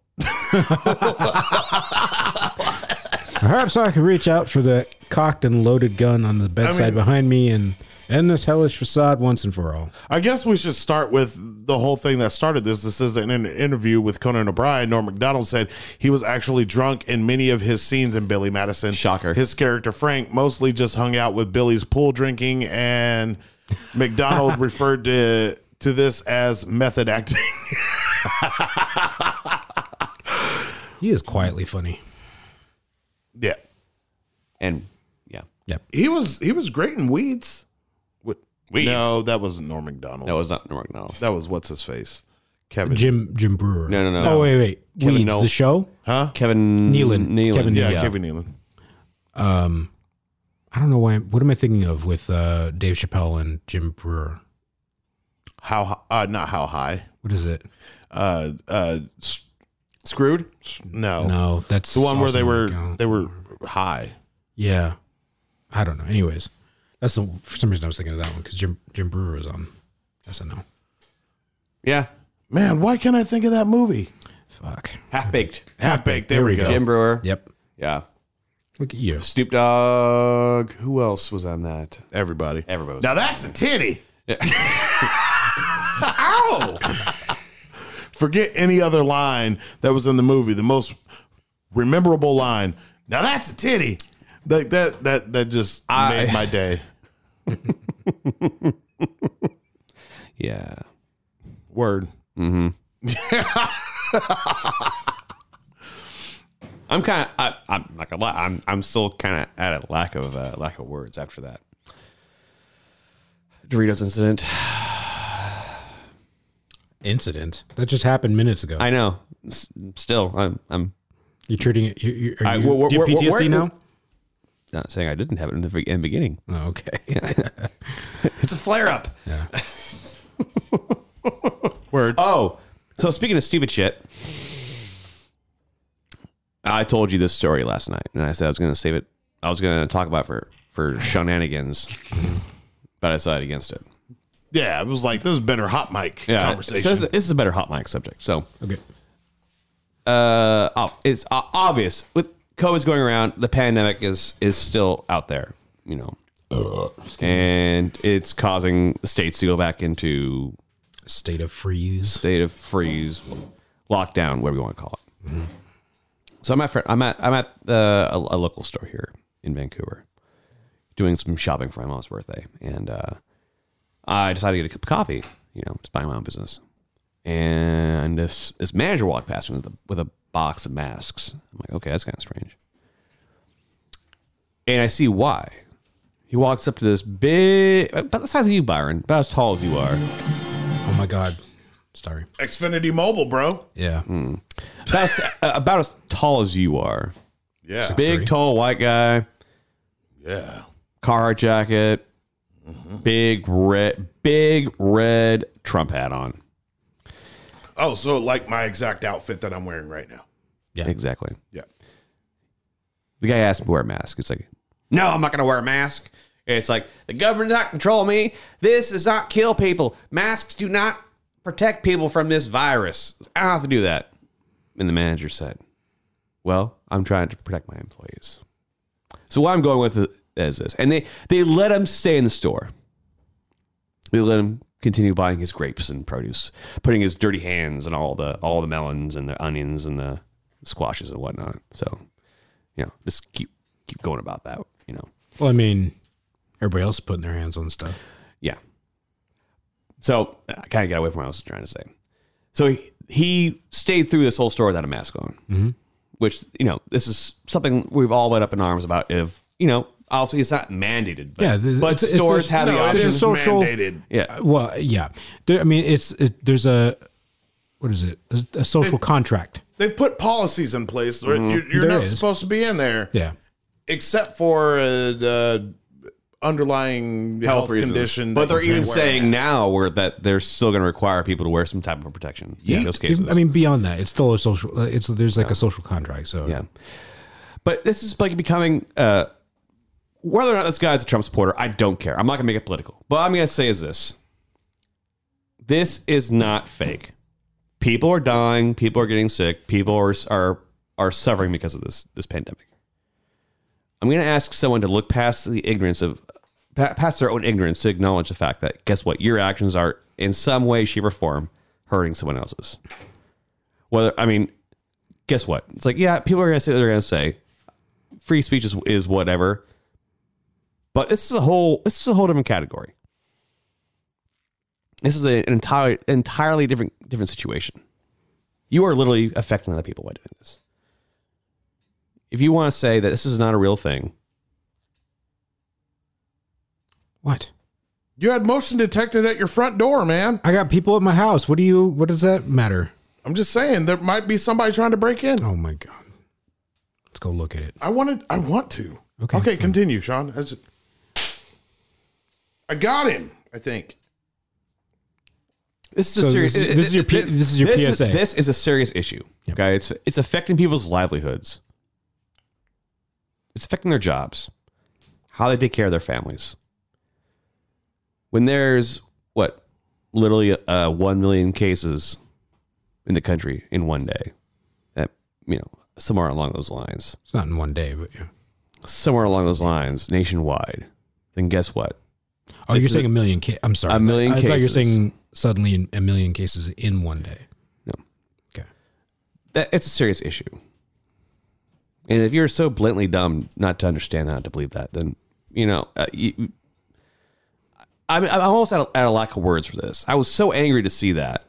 B: Perhaps I could reach out for the cocked and loaded gun on the bedside
A: mean-
B: behind me and end this hellish facade once and for all.
A: I guess we should start with the whole thing that started this. This is an in- interview with Conan O'Brien. Norm MacDonald said he was actually drunk in many of his scenes in Billy Madison.
D: Shocker.
A: His character Frank mostly just hung out with Billy's pool drinking, and McDonald referred to to this as method acting.
B: He is quietly funny.
A: yeah,
D: And yeah,
A: he was he was great in Weeds. What,
D: Weeds?
A: No, that wasn't Norm McDonald.
D: that was not Norm Macdonald.
A: That was what's his face, Kevin.
B: Jim Jim Brewer.
D: No, no, no.
B: Oh wait, wait.
D: Kevin
B: Weeds,
D: Knoll.
B: the show.
A: huh?
D: Kevin
B: Nealon.
D: Nealon.
B: Kevin
A: Yeah,
B: Nealon.
A: Kevin Nealon.
B: Um, I don't know why. What am I thinking of with uh, Dave Chappelle and Jim Brewer?
A: How hi- uh, not how high?
B: What is it?
A: Uh, uh, s-
D: Screwed.
A: no,
B: No, that's
A: The one where
B: also
A: they
B: not
A: were
B: count.
A: they were high.
B: Yeah, I don't know. Anyways, that's the for some reason I was thinking of that one because Jim Jim Brewer is on SNL.
D: Yeah.
A: Man, why can't I think of that movie?
B: Fuck.
D: Half baked.
A: Half baked. There, we go.
D: Jim Brewer.
B: Yep.
D: Yeah.
B: Look at you.
D: Snoop Dogg. Who else was on that?
A: Everybody.
D: Everybody. Was
A: Now that's a titty. Ow! Forget any other line that was in the movie. The most memorable line. Now that's a titty. Like that. That that just made my day.
D: Yeah.
A: Word.
D: I'm kind of. I, I'm not gonna lie. I'm. I'm still kind of at a lack of uh, lack of words after that. Doritos incident.
B: Incident that just happened minutes ago.
D: I know. S- still, I'm. I'm
B: you're treating it. You're, you're, are
D: I-
B: you,
D: wh- wh-
B: do you have
D: wh- wh-
B: PTSD
D: where-
B: now?
D: not saying I didn't have it in the, be- in the beginning.
B: Oh, okay.
D: It's a flare up.
B: Yeah.
A: Word.
D: Oh, so speaking of stupid shit, I told you this story last night, and I said I was going to save it. I was going to talk about it for for shenanigans, but I decided against it.
A: Yeah, it was like this is better hot mic
D: Yeah,
A: conversation.
D: So this, this is a better hot mic subject. So,
B: Okay.
D: uh, oh, it's uh, obvious with COVID's going around, the pandemic is is still out there, you know, and it's causing states to go back into
B: State of freeze.
D: state of freeze, lockdown, whatever you want to call it. So I'm at fr- I'm at I'm at uh, a, a local store here in Vancouver, doing some shopping for my mom's birthday, and uh, I decided to get a cup of coffee. You know, just buying my own business. And this this manager walked past me with a with a box of masks. I'm like, okay, that's kind of strange. And I see why. He walks up to this big, about the size of you, Byron, about as tall as you are.
B: Oh my God. Sorry.
A: Xfinity Mobile, bro.
B: Yeah.
D: Hmm. about, as- uh, about as tall as you are.
A: Yeah.
D: Big, tall, white guy,
A: Yeah.
D: Carhartt jacket, big red, big red Trump hat on.
A: Oh, so like my exact outfit that I'm wearing right now.
D: Exactly.
A: Yeah.
D: The guy asked me to wear a mask. It's like, no, I'm not going to wear a mask. It's like, the government does not control me. This does not kill people. Masks do not protect people from this virus. I don't have to do that. And the manager said, well, I'm trying to protect my employees. So what I'm going with is this. And they, they let him stay in the store. They let him continue buying his grapes and produce, putting his dirty hands on all the all the melons and the onions and the squashes and whatnot. So, you know, just keep keep going about that. You know,
B: Well, I mean, everybody else putting their hands on stuff.
D: yeah. So I kind of got away from what I was trying to say. So he, he stayed through this whole story without a mask on, mm-hmm. which you know this is something we've all been up in arms about. If you know, obviously it's not mandated, but,
B: Yeah, this-
D: but
B: it's- it's
D: stores
B: just-
D: have the
B: no,
A: It
D: option.
A: is
B: is social-
A: mandated.
D: yeah,
B: Well, yeah. There, I mean, it's it, there's a what is it? A, a social contract.
A: They've put policies in place. where You're, you're
B: Mm-hmm. There
A: not
B: is.
A: supposed to be in there.
B: Yeah.
A: except for uh, the underlying health,
D: reasons.
A: condition.
D: But
A: that
D: they're
A: you
D: even
A: can't wear
D: saying
A: it.
D: now where that they're still going to require people to wear some type of protection in those cases.
B: I mean, beyond that, it's still a social. uh, It's there's like a social contract. So
D: yeah. But this is like becoming uh, whether or not this guy's a Trump supporter, I don't care. I'm not going to make it political. But I'm going to say is this: this is not fake. People are dying. People are getting sick. People are are are suffering because of this this pandemic. I'm going to ask someone to look past the ignorance of pa- past their own ignorance to acknowledge the fact that guess what your actions are in some way shape or form hurting someone else's whether I mean, guess what? It's like, yeah, people are gonna say what they're gonna say. Free speech is is whatever. But this is a whole this is a whole different category. This is a, an entirely entirely different different situation. You are literally affecting other people by doing this. If you want to say that this is not a real thing,
B: what?
A: you had motion detected at your front door, man.
B: I got people at my house. What do you? What does that matter?
A: I'm just saying there might be somebody trying to break in.
B: Oh my god. Let's go look at it.
A: I wanted. I want to. Okay.
B: Okay,
A: Okay. Continue, Sean. I, just- I got him. I think.
D: This is
B: So
D: a serious.
B: this is- this is your P- this is your PSA.
D: this is a serious issue. Okay, it's it's affecting people's livelihoods. It's affecting their jobs, how they take care of their families. When there's what, literally uh, one million cases in the country in one day, that you know somewhere along those lines,
B: It's not in one day, but yeah.
D: somewhere along those lines nationwide, then guess what?
B: Oh,
D: This
B: you're
D: is
B: saying a million cases. I'm sorry.
D: A million
B: I thought you were
D: cases.
B: saying suddenly a million cases in one day.
D: No.
B: Okay.
D: that it's a serious issue. And if you're so blatantly dumb not to understand that, to believe that, then you know, uh, you, you- I'm I'm almost at a, at a lack of words for this. I was so angry to see that,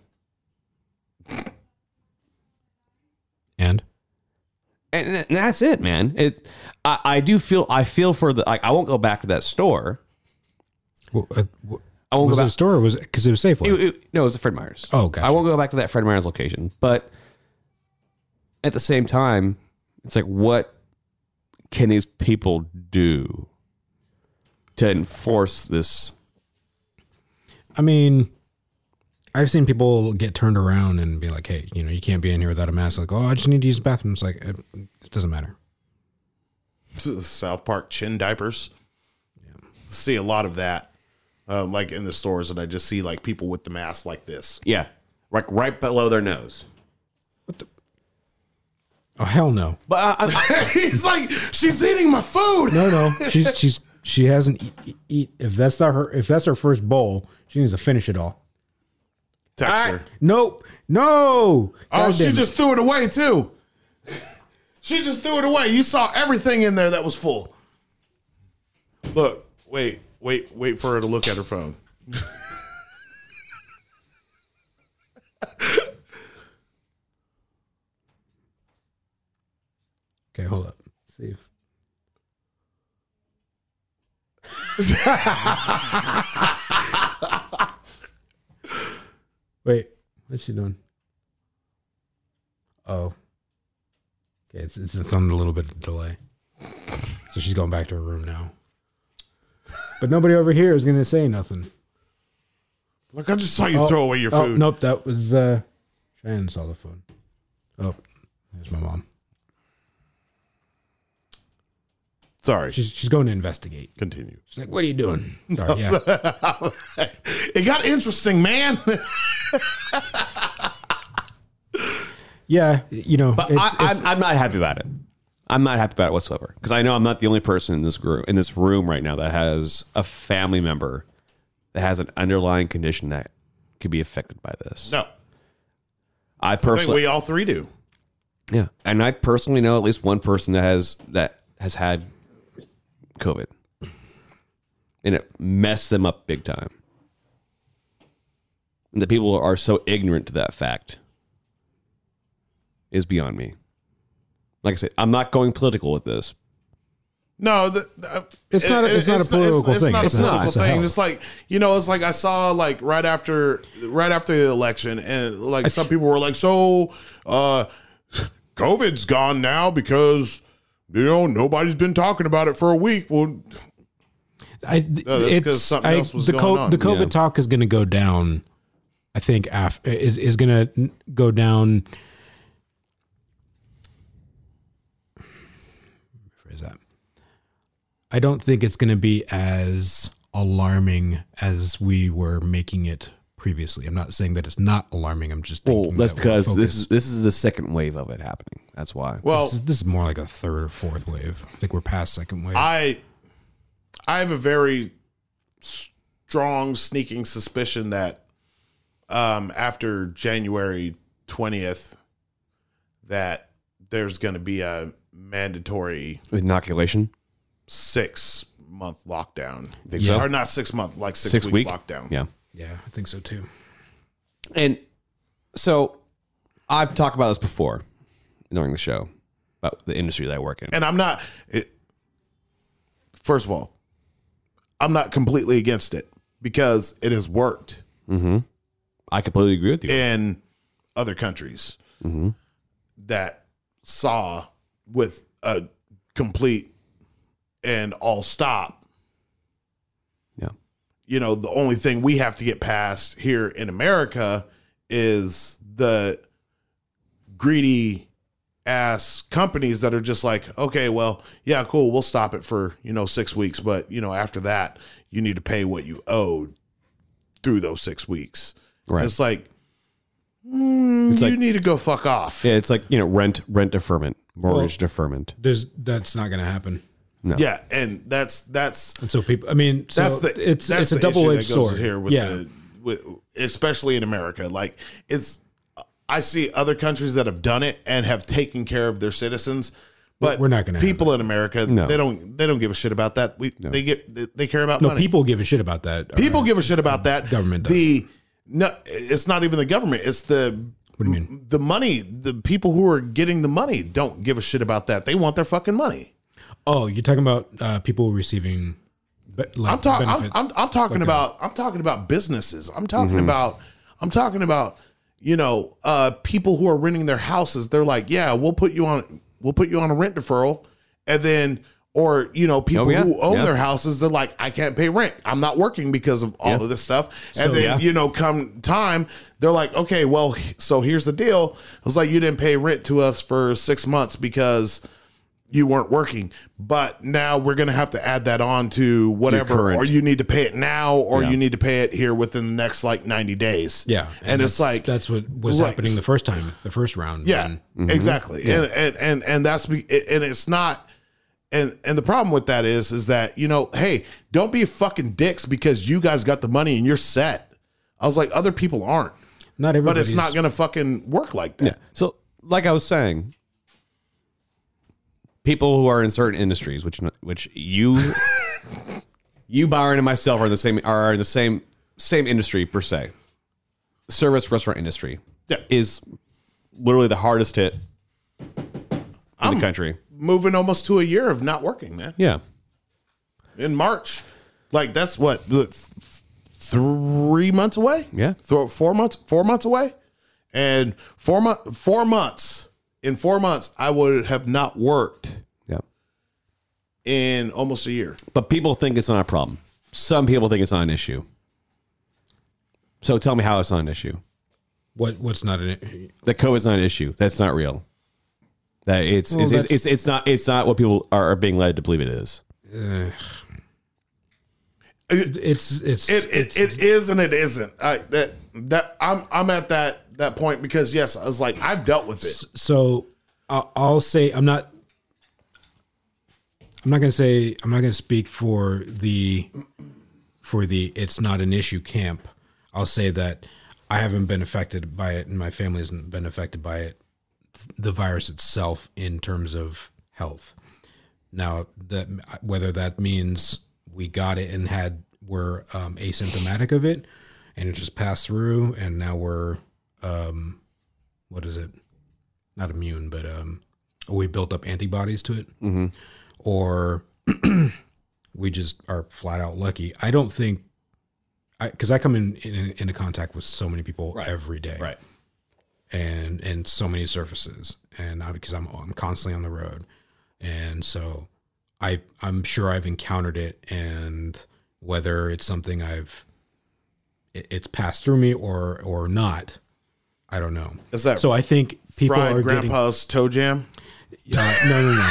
B: And
D: and, and that's it, man. It I, I do feel I feel for the like I won't go back to that store.
B: well, uh, w-
D: I won't
B: was
D: go
B: it
D: back.
B: a store? Or was it because it was Safeway?
D: It- it- no, it was a Fred Meyer's.
B: Oh, gotcha.
D: I won't go back to that Fred Meyer's location, but at the same time, it's like, what can these people do to enforce this?
B: I mean, I've seen people get turned around and be like, "Hey, you know, you can't be in here without a mask." Like, "Oh, I just need to use the bathroom." It's like it, it doesn't matter.
A: South Park chin diapers. See a lot of that, um, like in the stores, and I just see like people with the mask like this.
D: Yeah, like right below their nose.
B: Oh hell no,
D: But I, I,
A: He's like, she's eating my food.
B: no, no. she's she's she hasn't eat, eat- eat. If that's not her, if that's her first bowl, she needs to finish it all.
A: Text her.
B: Nope, no.
A: Oh,
B: God
A: she
B: damn it.
A: just threw it away too. she just threw it away. You saw everything in there that was full. Look, wait, wait, wait for her to look at her phone.
B: Okay, hold up. See. If, Wait, what's she doing? Oh. Okay, it's, it's it's on a little bit of delay. So she's going back to her room now. But nobody over here is gonna say nothing.
A: Look, I just saw you throw away your
B: Oh,
A: food.
B: nope, that was uh Shannon saw the phone. Oh, there's my mom.
A: Sorry.
B: She's, she's going to investigate.
A: Continue.
B: She's like, what are you doing? Sorry, yeah.
A: It got interesting, man.
B: Yeah, you know,
D: But
B: it's,
D: I,
B: it's-
D: I'm, I'm not happy about it. I'm not happy about it whatsoever because I know I'm not the only person in this group in this room right now that has a family member that has an underlying condition that could be affected by this.
A: no,
D: I
A: I think
D: personally,
A: we all three do.
D: yeah, and I personally know at least one person that has that has had COVID, and it messed them up big time. And the people are so ignorant to that fact is beyond me. Like I said, I'm not going political with this,
A: No, the, the- uh,
B: It's not a- it's not a political
A: it's,
B: thing.
A: not
B: It's
A: a
B: a-
A: political
B: it's a
A: thing.
B: health.
A: It's like you know, it's like I saw like right after right after the election, and like some people were like, "So, uh, COVID's gone now because you know nobody's been talking about it for a week." Well,
B: I, th-
A: No, that's 'cause
B: it's-
A: something
B: I-
A: else was
B: the
A: going on.
B: The COVID
D: Yeah.
B: talk is going to go down. I think after is, is going to go down. Rephrase that. I don't think it's going to be as alarming as we were making it previously. I'm not saying that it's not alarming. I'm just
D: Well,
B: thinking
D: that's
B: that we're
D: because this
B: focused-
D: is this is the second wave of it happening. That's why.
A: well,
B: this is, this is more like a third or fourth wave. I think we're past second wave.
A: I I have a very strong sneaking suspicion that um, after January 20th that there's going to be a mandatory
D: Inoculation.
A: 6 month lockdown.
D: Think so?
A: Or not 6 month like 6,
D: Six
A: week,
D: week?
A: lockdown.
D: Yeah.
B: yeah, I think so too.
D: And so I've talked about this before during the show about the industry that I work in.
A: And I'm not it, First of all, I'm not completely against it because it has worked.
D: Mm-hmm. I completely agree with you.
A: in other countries that saw with a complete and all stop.
D: Yeah.
A: You know, the only thing we have to get past here in America is the greedy ass companies that are just like, okay, well, yeah, cool, we'll stop it for, you know, six weeks, but you know, after that, you need to pay what you owed through those six weeks.
D: Right.
A: It's like, mm, you
D: like-
A: need to go fuck off.
D: Yeah, it's like you know, rent rent deferment, mortgage deferment.
B: There's that's not going to happen.
A: Yeah, and that's that's
B: And so people, I mean, so
A: that's the
B: it's
A: that's
B: it's a
A: the issue
B: double edged
A: that goes
B: sword
A: here with
B: yeah,
A: the with, especially in America. Like it's I see other countries that have done it and have taken care of their citizens. But
B: We're not gonna have
A: people in America.
D: No.
A: They don't. They don't give a shit about that. We, They get. they- They care about
B: no
A: money.
B: people give a shit about that. Uh,
A: People
B: Alright.
A: give a shit about that.
B: Government does.
A: The no, it's not even the government. It's the what
B: do you mean?
A: The money. The people who are getting the money don't give a shit about that. They want their fucking money.
B: Oh, you're talking about uh, people receiving. Be, like,
A: I'm talking. I'm,
B: benefit.
A: I'm, I'm talking about. I'm talking about businesses. I'm talking
D: Mm-hmm.
A: about. I'm talking about. You know, uh, people who are renting their houses. They're like, yeah, we'll put you on. We'll put you on a rent deferral, and then. Or you know people
D: Oh, yeah.
A: who own
D: Yeah.
A: their houses, they're like, I can't pay rent. I'm not working because of all of this stuff. And then
D: yeah.
A: you know, come time, they're like, okay, well, so here's the deal. It's like you didn't pay rent to us for six months because you weren't working, but now we're going to have to add that on to whatever,
D: current.
A: or you need to pay it now, or
D: Yeah.
A: you need to pay it here within the next like 90 days.
B: yeah,
A: And, it's
B: that's-
A: like,
B: that's what was
A: like-
B: happening the first time, the first round.
A: yeah,
B: and
A: exactly. And, and, and, and that's, be- and it's not, and, and the problem with that is, is that, you know, Hey, don't be fucking dicks because you guys got the money and you're set. I was like, other people aren't,
B: not
A: but
B: everybody's.
A: it's not going to fucking work like that.
D: Yeah. So, like I was saying, people who are in certain industries, which which you, you Byron and myself are in the same are in the same same industry per se. Service restaurant industry
A: Yeah.
D: is literally the hardest hit in the country.
A: Moving almost to a year of not working, man.
D: Yeah.
A: in March. Like that's what th- th- three months away.
D: Yeah.
A: Th- four months. Four months away, and four month. Four months. In four months, I would have not worked
D: Yeah.
A: in almost a year.
D: But people think it's not a problem. Some people think it's not an issue. So tell me how it's not an issue.
B: What what's not an
D: That COVID's not an issue. That's not real. That it's it's, it's, it's it's not it's not what people are, are being led to believe it is.
B: it's it's
A: it, it, it is and it isn't. I, that that I'm I'm at that that point because yes, I was like I've dealt with it.
B: so I- I'll say I'm not. I'm not gonna say I'm not gonna speak for the for the it's not an issue camp. I'll say that I haven't been affected by it, and my family hasn't been affected by it. The virus itself, in terms of health. Now that whether that means we got it and had were um, asymptomatic of it, and it just passed through, and now we're um, what is it? not immune, but um, or we built up antibodies to it, mm-hmm. or we just are flat out lucky. I don't think, I because I come in, in into contact with so many people every day,
D: Right.
B: and and so many surfaces, and I, because I'm I'm constantly on the road, and so I I'm sure I've encountered it, and whether it's something I've it- it's passed through me or or not, I don't know.
A: Is that
B: So I think people
A: fried
B: are getting
A: grandpa's toe jam?
B: uh, no, no, no.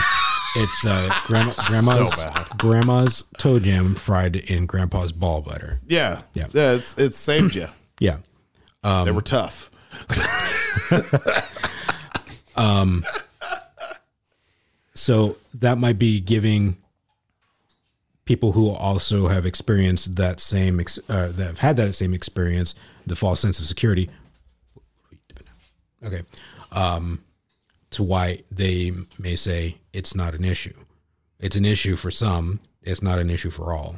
B: It's uh, grandma, grandma's grandma's toe jam fried in grandpa's ball butter.
A: Yeah,
B: Yeah. Um,
A: It's it saved you.
B: Yeah,
A: they were tough.
B: so that might be giving people who also have experienced that same ex- uh, that have had that same experience the false sense of security. Okay, um, to why they may say it's not an issue. It's an issue for some. It's not an issue for all.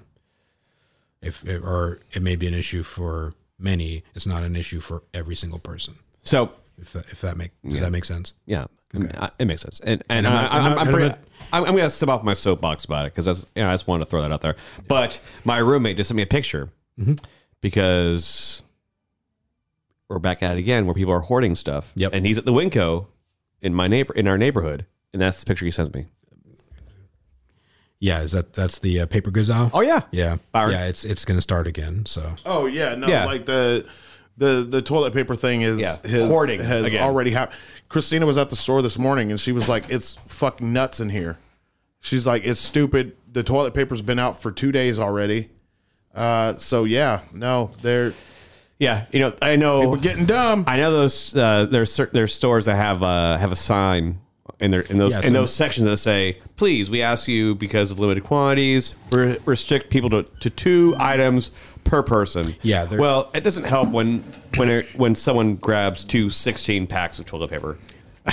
B: If it, or it may be an issue for many. It's not an issue for every single person.
D: So
B: If that, if that make does that make sense?
D: yeah, I mean, I- it makes sense. And and,
B: I'm not-
D: I,
B: I'm
D: I'm,
B: not-
D: I'm,
B: I'm
D: pretty,
B: not-
D: I'm, I'm gonna step off my soapbox about it because that's you know, I just wanted to throw that out there. But my roommate just sent me a picture because we're back at it again where people are hoarding stuff.
B: Yep.
D: And he's at the Winco in my neighbor in our neighborhood, and that's the picture he sends me.
B: Yeah, is that that's the uh, paper goods aisle?
D: Oh yeah,
B: Yeah,
D: Byron.
B: yeah, it's it's gonna start again. So
A: Oh yeah, no,
D: Yeah.
A: like the the the toilet paper thing is
D: Yeah,
A: has,
D: hoarding
A: has
D: again.
A: already happened. Christina was at the store this morning and she was like, "It's fucking nuts in here." She's like, "It's stupid. The toilet paper's been out for two days already." Uh, so yeah, no, they're
D: yeah. You know, I know.
A: we're getting dumb.
D: I know those uh, there's cer- there's stores that have uh, have a sign in their in those
B: Yeah,
D: in
B: so-
D: those sections that say, please, we ask you because of limited quantities, re- restrict people to, to two items per person.
B: Yeah, they're-
D: Well, it doesn't help when when it, when someone grabs two 16 packs of toilet paper.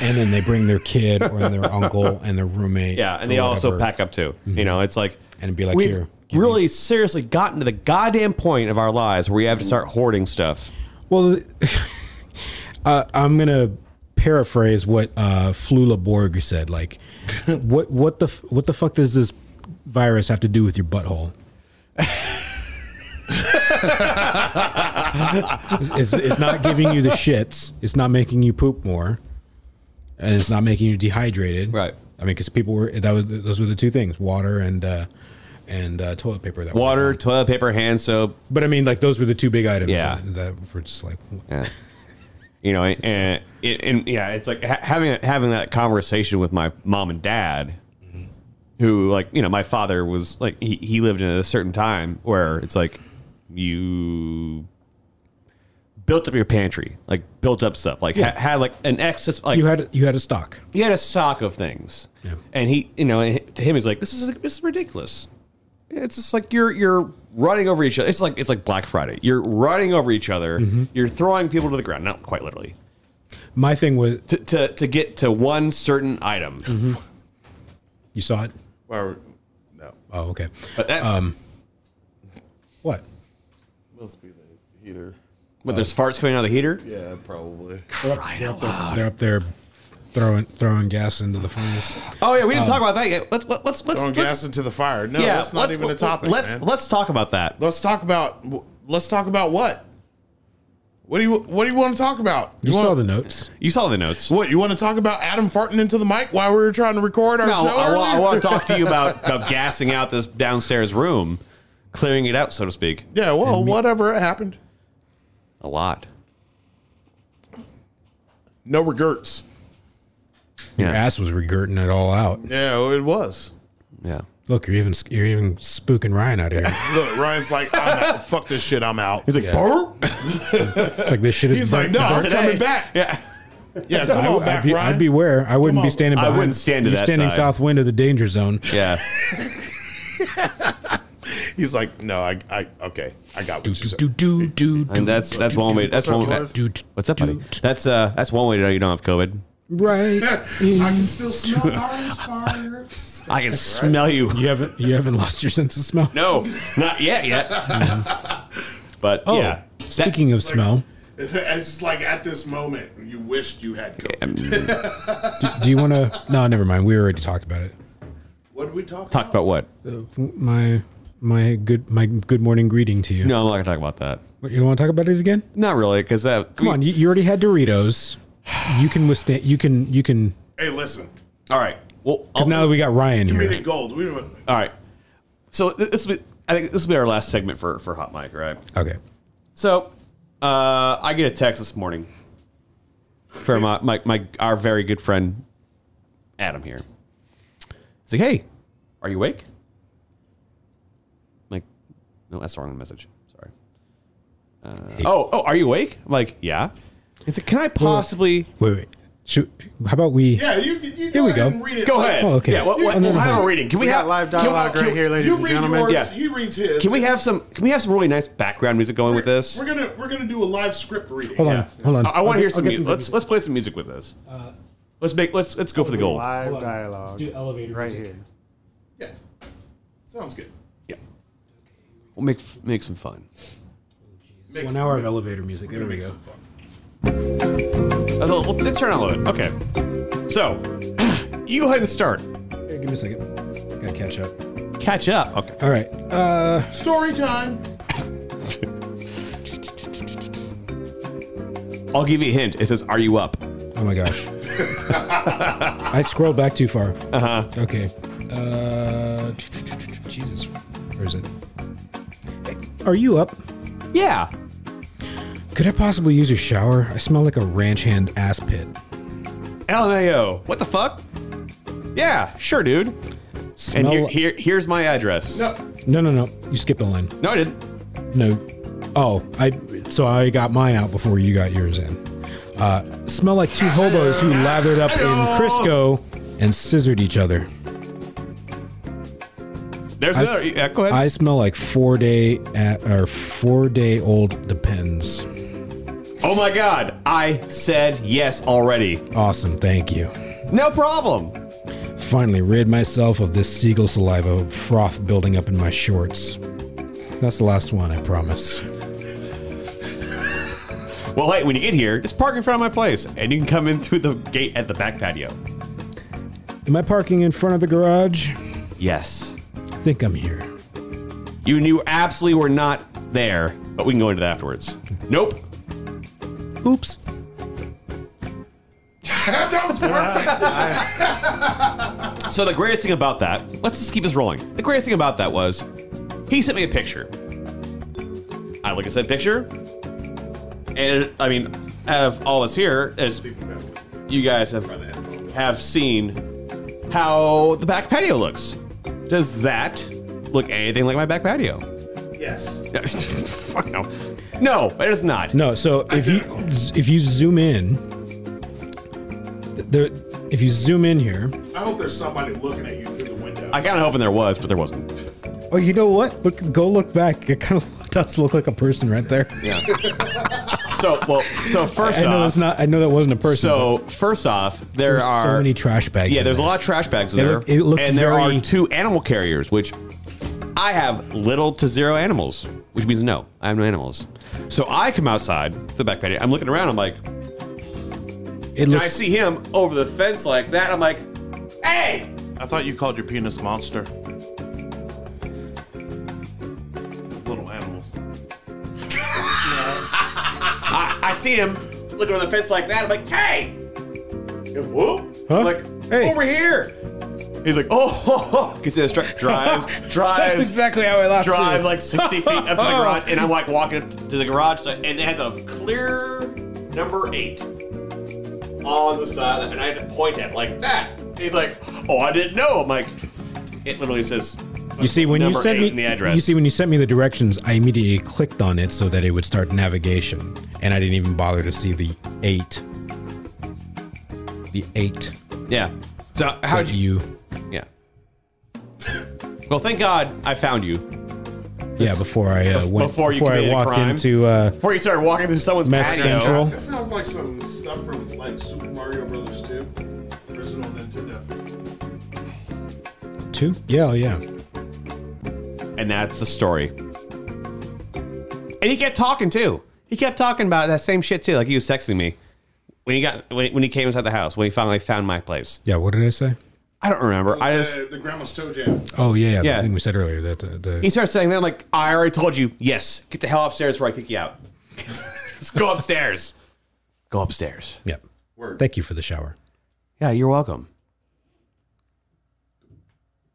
B: and then they bring their kid or their uncle and their roommate.
D: Yeah, and
B: or
D: they also
B: whatever, Mm-hmm.
D: pack up too. You know, it's like
B: And be like,
D: we've
B: "Here, give me-"
D: really seriously gotten to the goddamn point of our lives where we have to start hoarding stuff.
B: Well, uh, I'm gonna paraphrase what uh, Flula Borg said. Like, what what the f- what the fuck does this virus have to do with your butthole? it's, it's not giving you the shits. It's not making you poop more, and it's not making you dehydrated.
D: Right.
B: I mean, because people were that was those were the two things: water and uh, and uh, toilet paper. That were
D: Water,
B: gone.
D: toilet paper, hand soap,
B: but I mean, like those were the two big items.
D: Yeah.
B: that were just like
D: Yeah. You know, and, and, and yeah, it's like ha- having having that conversation with my mom and dad, who like you know, my father was like he, he lived in a certain time where it's like you built up your pantry, like built up stuff, like ha- had like an excess, like
B: you had you had a stock.
D: he had a stock of things, and he, you know, and to him he's like, this is this is ridiculous. It's just like you're you're running over each other. It's like it's like Black Friday. You're running over each other. You're throwing people to the ground, not quite literally,
B: My thing was
D: to to, to get to one certain item.
B: you saw it.
A: Well, no,
B: Oh, okay.
D: But that's
B: What?
A: must be the heater.
D: but there's farts coming out of the heater.
A: Yeah, probably.
B: They're up there throwing throwing gas into the furnace.
D: Oh yeah, we didn't talk about that yet. Let's let's let's,
A: Throwing
D: let's
A: gas into the fire. No,
D: yeah,
A: that's not
D: let's-
A: even a topic.
D: Let's
A: man.
D: let's talk about that.
A: Let's talk about let's talk about what? What do you what do you want to talk about?
B: You
A: want,
B: saw the notes.
D: You saw the notes.
A: what you want to talk about? Adam farting into the mic while we were trying to record our
D: No,
A: show.
D: I, wa- I
A: earlier?
D: want to talk to you about, about gassing out this downstairs room, clearing it out, so to speak.
A: yeah, well, whatever it happened.
D: A lot.
A: No regrets.
B: Your ass was regurgitating it all out.
A: Yeah, it was.
D: Yeah.
B: Look, you're even you're even spooking Ryan out here.
A: Look, Ryan's like, I'm out. fuck this shit, I'm out. He's like,
B: It's like this shit is.
A: He's like, no, I'm coming back.
D: Yeah.
A: Yeah, come on back,
B: I'd, be,
A: Ryan.
B: I'd beware. I wouldn't be standing.
D: I
B: Behind.
D: wouldn't stand to
B: You're
D: that
B: standing
D: side.
B: southwind of the danger zone.
D: Yeah.
A: He's like, no, I, I, okay, I got what you said.
B: do do do. do
D: And that's that's one way. That's one. Way,
B: do, do,
D: what's up, buddy? That's uh that's one way to know you don't have COVID.
B: Right.
A: I can still smell orange fire.
D: I can smell you.
B: You haven't you haven't lost your sense of smell.
D: No, not yet, yet. but
B: Oh,
D: yeah,
B: Speaking of smell,
A: It's just like at this moment, you wished you had COVID.
B: do you want to? No, never mind. We already talked about it.
A: What did we talk,
D: talk about what?
B: My my good my good morning greeting to you.
D: No, I'm not gonna talk about that.
B: What, you want to talk about it again?
D: Not really, uh, because that.
B: Come on, you, you already had Doritos. You can withstand. You can you can.
A: Hey, listen,
D: All right. Well, I'll-
B: Because now that we got Ryan
A: we
B: here,
A: did gold. We were,
D: all right. So th- this will be. I think this will be our last segment for for Hot Mic, right?
B: okay.
D: So uh, I get a text this morning from my, my, my our very good friend Adam here. He's like, "Hey, are you awake?" I'm like, no, that's the wrong message. Sorry. Uh, Oh, oh, are you awake? I'm like, yeah. He's like, "Can I possibly?"
B: Wait wait. Should, how about we?
A: yeah, you, you
B: Here
A: go
B: we
A: ahead
B: go.
A: and read it.
D: Go ahead.
B: Oh, okay.
D: Yeah. What?
B: You-
D: what
B: oh, no,
D: well,
B: no,
D: how
B: no.
D: are we reading? Can we
F: We
D: have
F: got live
D: can-
F: dialogue
D: can-
F: right here, ladies
A: You
F: and
A: read
F: gentlemen.
A: yours.
D: Yeah.
A: He reads his.
D: Can we have some? Can we have some really nice background music going with this?
A: We're gonna we're gonna do a live script reading.
B: Hold on. Hold on.
D: I, want to hear
B: I'll
D: some
B: get Uh,
D: music. Let's let's play some music with this. let's make let's let's go for the gold.
F: Live
B: Hold on.
F: dialogue.
B: Let's do elevator
F: right
B: music.
F: here.
A: Yeah. Sounds good.
D: Yeah. We'll make make some fun.
A: Makes,
B: One hour of elevator music. There we
A: makes
B: go.
A: some fun.
D: That's a little- let's turn on a little bit. Okay. So, you go ahead and start.
B: Here, give me a second. Gotta catch up.
D: Catch up. Okay.
B: All right. Uh,
A: Story time.
D: I'll give you a hint. It says, "Are you up?"
B: oh my gosh. I scrolled back too far. Uh huh. Okay. Uh, Jesus, where is it? Are you up?
D: Yeah.
B: Could I possibly use your shower? I smell like a ranch hand ass pit.
D: LMAO. What the fuck? Yeah. Sure, dude. And
B: Smell.
D: here, here here's my address.
A: No,
B: no, no, no. You skipped a line.
D: No, I didn't.
B: No. Oh, I. So I got mine out before you got yours in. Uh, smell like two hobos who lathered up in Crisco and scissored each other.
D: There's
B: I s-
D: another. Yeah, go ahead.
B: I smell like four day at, or four day old depends.
D: oh my God! I said yes already.
B: Awesome, thank you.
D: No problem.
B: Finally rid myself of this seagull saliva froth building up in my shorts. That's the last one, I promise.
D: Well, hey, when you get here, just park in front of my place, and you can come in through the gate at the back patio.
B: Am I parking in front of the garage?
D: Yes.
B: I think I'm here.
D: You knew absolutely we're not there, but we can go into that afterwards. Nope.
B: Oops.
A: that was perfect.
D: So the greatest thing about that, let's just keep this rolling. The greatest thing about that was he sent me a picture. I look at said picture, and I mean, out of all this here, as you guys have have seen, how the back patio looks. Does that look anything like my back patio?
A: yes.
D: Fuck no. No, it is not.
B: No, so if you if you zoom in, there if you zoom in here.
A: I hope there's somebody looking at you through the window.
D: I kind of hoping there was, but there wasn't.
B: Oh, you know what? Look, go look back. It kind of does look like a person right there.
D: Yeah. so well, so first
B: I know
D: off,
B: it's not. I know that wasn't a person.
D: so first off, there
B: There's
D: are
B: so many trash bags.
D: Yeah,
B: in
D: there's a
B: there.
D: lot of trash bags
B: It
D: there,
B: look- it looked
D: and there
B: very-
D: are two animal carriers, which I have little to zero animals, which means no, I have no animals. So I come outside the back patio. I'm looking around. I'm like,
B: It
D: and I
B: looks.
D: see him over the fence like that. I'm like, hey,
A: I thought you called your penis monster. Little animals.
D: I, I see him looking on the fence like that. I'm like, hey, and whoop,
B: Huh?
D: I'm like
B: Hey.
D: over here. He's like, oh, because this truck drives, drives,
B: how I laughed.
D: drives like 60 feet up to the
B: Oh.
D: garage, and I'm like walking up to the garage, so, and it has a clear number eight. on the side, and I had to point at it like that. And he's like, "Oh, I didn't know." I'm like, "It literally says."
B: You see, when you
D: number
B: sent
D: eight
B: me
D: in the address.
B: you see when you sent me the directions, I immediately clicked on it so that it would start navigation, and I didn't even bother to see the eight, the eight
D: yeah. So how'd
B: that
D: you?
B: you.
D: Yeah. Well, thank God I found you
B: Yeah, before I uh, went
D: before you committed
B: I
D: a
B: walked
D: crime.
B: into uh,
D: before you started walking through someone's
B: Meth
D: patio.
B: Central.
A: That sounds like some stuff from like Super Mario Brothers 2, original Nintendo.
B: Two? Yeah, oh, yeah.
D: And that's the story. And he kept talking too. He kept talking about that same shit too. Like he was texting me when he got when, when he came inside the house when he finally found my place.
B: Yeah, what did I say?
D: I don't remember. I just
A: the, the Grandma's Toe Jam.
B: Oh, yeah, yeah.
D: Yeah.
B: The thing we said earlier. That, uh, the,
D: he starts saying that I'm like I already told you. Yes, get the hell upstairs before I kick you out. just go upstairs. Go upstairs.
B: yeah. Thank you for the shower.
D: Yeah, you're welcome.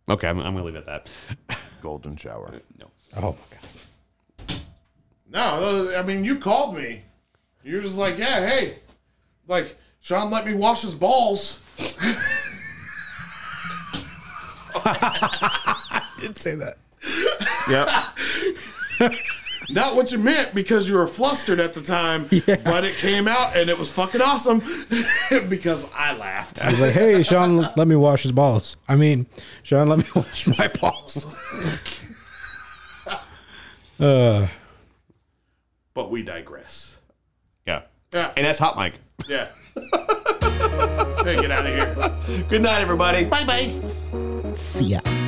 D: Okay, I'm, I'm gonna leave it at that.
A: Golden Shower.
D: No.
B: Oh, my God.
A: No, I mean, you called me. You're just like, yeah, hey. Like, Sean let me wash his balls.
B: Didn't say that.
A: Not what you meant because you were flustered at the time, but it came out and it was fucking awesome because I laughed.
B: He's like, hey, Sean, l- let me wash his balls. I mean, Sean, let me wash my balls. uh,
A: But we digress.
D: Yeah,
A: Yeah.
D: and that's hot mic.
A: yeah. hey, get out of here.
D: Good night, everybody.
A: Bye bye.
B: see ya.